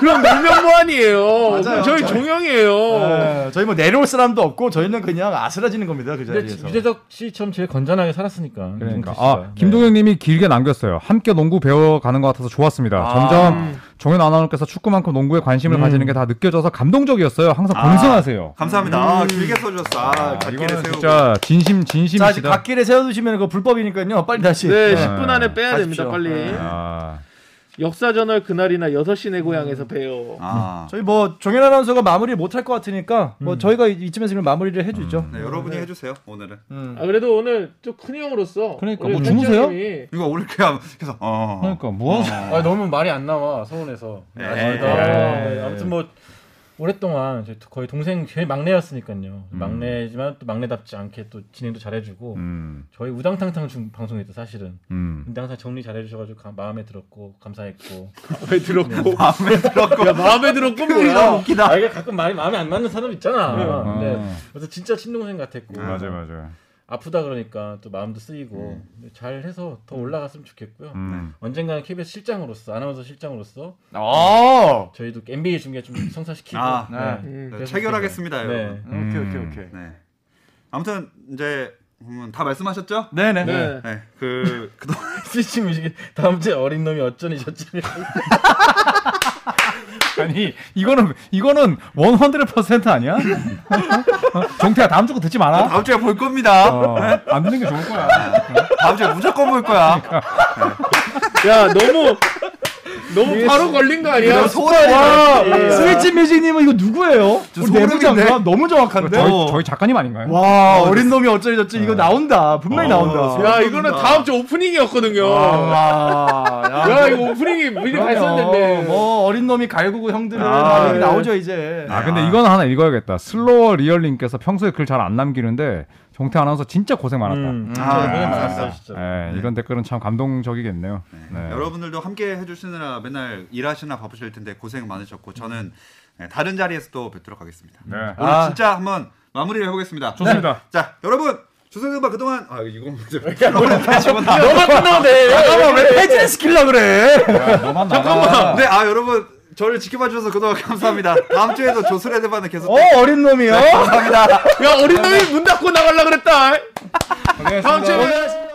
그럼 놀면 뭐하니에요. 그럼 저희 종영이에요.
네, 저희 뭐 내려올 사람도 없고 저희는 그냥 아슬아지는 겁니다 그
근데
자리에서.
유재석 씨처럼 제일 건전하게 살았으니까.
그러니까
유승태 씨가.
아 김동현님이 길게 남겼어요. 함께 농구 배워가는 것 같아서 좋았습니다. 점점 정현 아나운서께서 축구만큼 농구에 관심을 가지는 게 다 느껴져서 감동적이었어요. 항상
아.
공성하세요.
감사합니다. 아, 길게 써주셨어. 아, 갓길에
음. 이거는
세우고.
진짜 진심
자 이제
진심이시다.
갓길에 세워두시면 그거 불법이니까요. 빨리 다시.
네.
네, 10분 안에 빼야 됩니다.
가십시오.
빨리.
아,
역사저널 그날이나 6시 내 고향에서 봬요.
아.
저희 뭐 종현 아나운서가 마무리 를 못할 것 같으니까 뭐 저희가 이쯤에서 그럼 마무리를 해주죠.
음.
음.
네, 여러분이 해주세요 오늘은.
음.
아, 그래도 오늘 좀 큰 형으로서.
그러니까,
우리
뭐 주무세요?
편집장님이
이거 오늘 그냥 계속 어.
그러니까 뭐
아, 너무 말이 안 나와 서운해서.
네.
에이.
아, 네. 아무튼 뭐 오랫동안 이제 거의 동생 제일 막내였으니까요. 막내지만 또 막내답지 않게 또 진행도 잘해주고
음,
저희 우당탕탕 중- 방송했죠 사실은.
음.
근데 항상 정리 잘해주셔가지고 가- 마음에 들었고 감사했고.
마음에 들었고.
어, 마음에 들었고.
야, 마음에 들었고 뭐야.
웃기다.
아 이게 가끔 말이 마음에 안 맞는 사람 있잖아.
음.
근데 뭐.
음.
그래서 진짜 친동생 같았고.
맞아 맞아.
아프다 그러니까 또 마음도 쓰이고 잘 해서 더 올라갔으면 좋겠고요.
음.
언젠가는 KBS 실장으로서 아나운서 실장으로서
어.
저희도 그 NBA 중계 좀 성사시키고
아,
네.
음.
네,
그래서
체결하겠습니다,
네.
여러분.
오케이 오케이
음.
오케이.
네. 아무튼 이제 음, 다 말씀하셨죠?
네네.
네.
네. 그 그동안
스위치 뮤직에 다음 주에 어린 놈이 어쩌니 저쩌니
아니 이거는 이거는 100% 아니야? 어? 정태야 다음 주거 듣지 마라.
다음 주에 볼 겁니다.
어, 안 듣는 게 좋을 거야.
다음 주에 무조건 볼 거야.
그러니까.
야, 너무. 너무 바로 걸린 거 아니야?
내가 소원이야.
스위치 뮤직님은 이거 누구예요?
저
우리 내부자인가?
소름인데?
너무 정확한데.
저희,
어.
저희 작가님 아닌가요?
네. 와 어린 놈이 어쩌리저쩌리 이거 나온다 분명히 나온다.
야, 이거는 다음 주 오프닝이었거든요.
아. 와,
야, 이거 오프닝이 미리
어,
발선됐네.
뭐 어린 놈이 갈구고 형들은
아,
아,
네.
나오죠 이제.
아 근데 이건 하나 읽어야겠다. 슬로워 리얼님께서 평소에 글 잘 안 남기는데 정태 아나운서 진짜 고생 많았다.
음,
아,
저희 고생
감사합니다.
많았어요 진짜
예, 이런 댓글은 참 감동적이겠네요. 네.
여러분들도 함께 해주시느라 맨날 일하시나 바쁘실 텐데 고생 많으셨고 저는 네, 다른 자리에서 또 뵙도록 하겠습니다.
네.
오늘
아.
진짜 한번 마무리를 해보겠습니다. 네.
좋습니다.
자 여러분 조선음악 그동안 아 이거 오늘 다시 한번 다
너만 끝나면 돼.
잠깐만 왜 폐지를 시킬라 그래?
야, 너만 나가.
네, 아 여러분 저를 지켜봐 주셔서 그동안 감사합니다. 다음 주에도 조선의 대반은 계속
어 어린 놈이요?
감사합니다.
야, 어린 놈이 문 닫고 나가려 그랬다. 다음 주에
고생하셨습니다.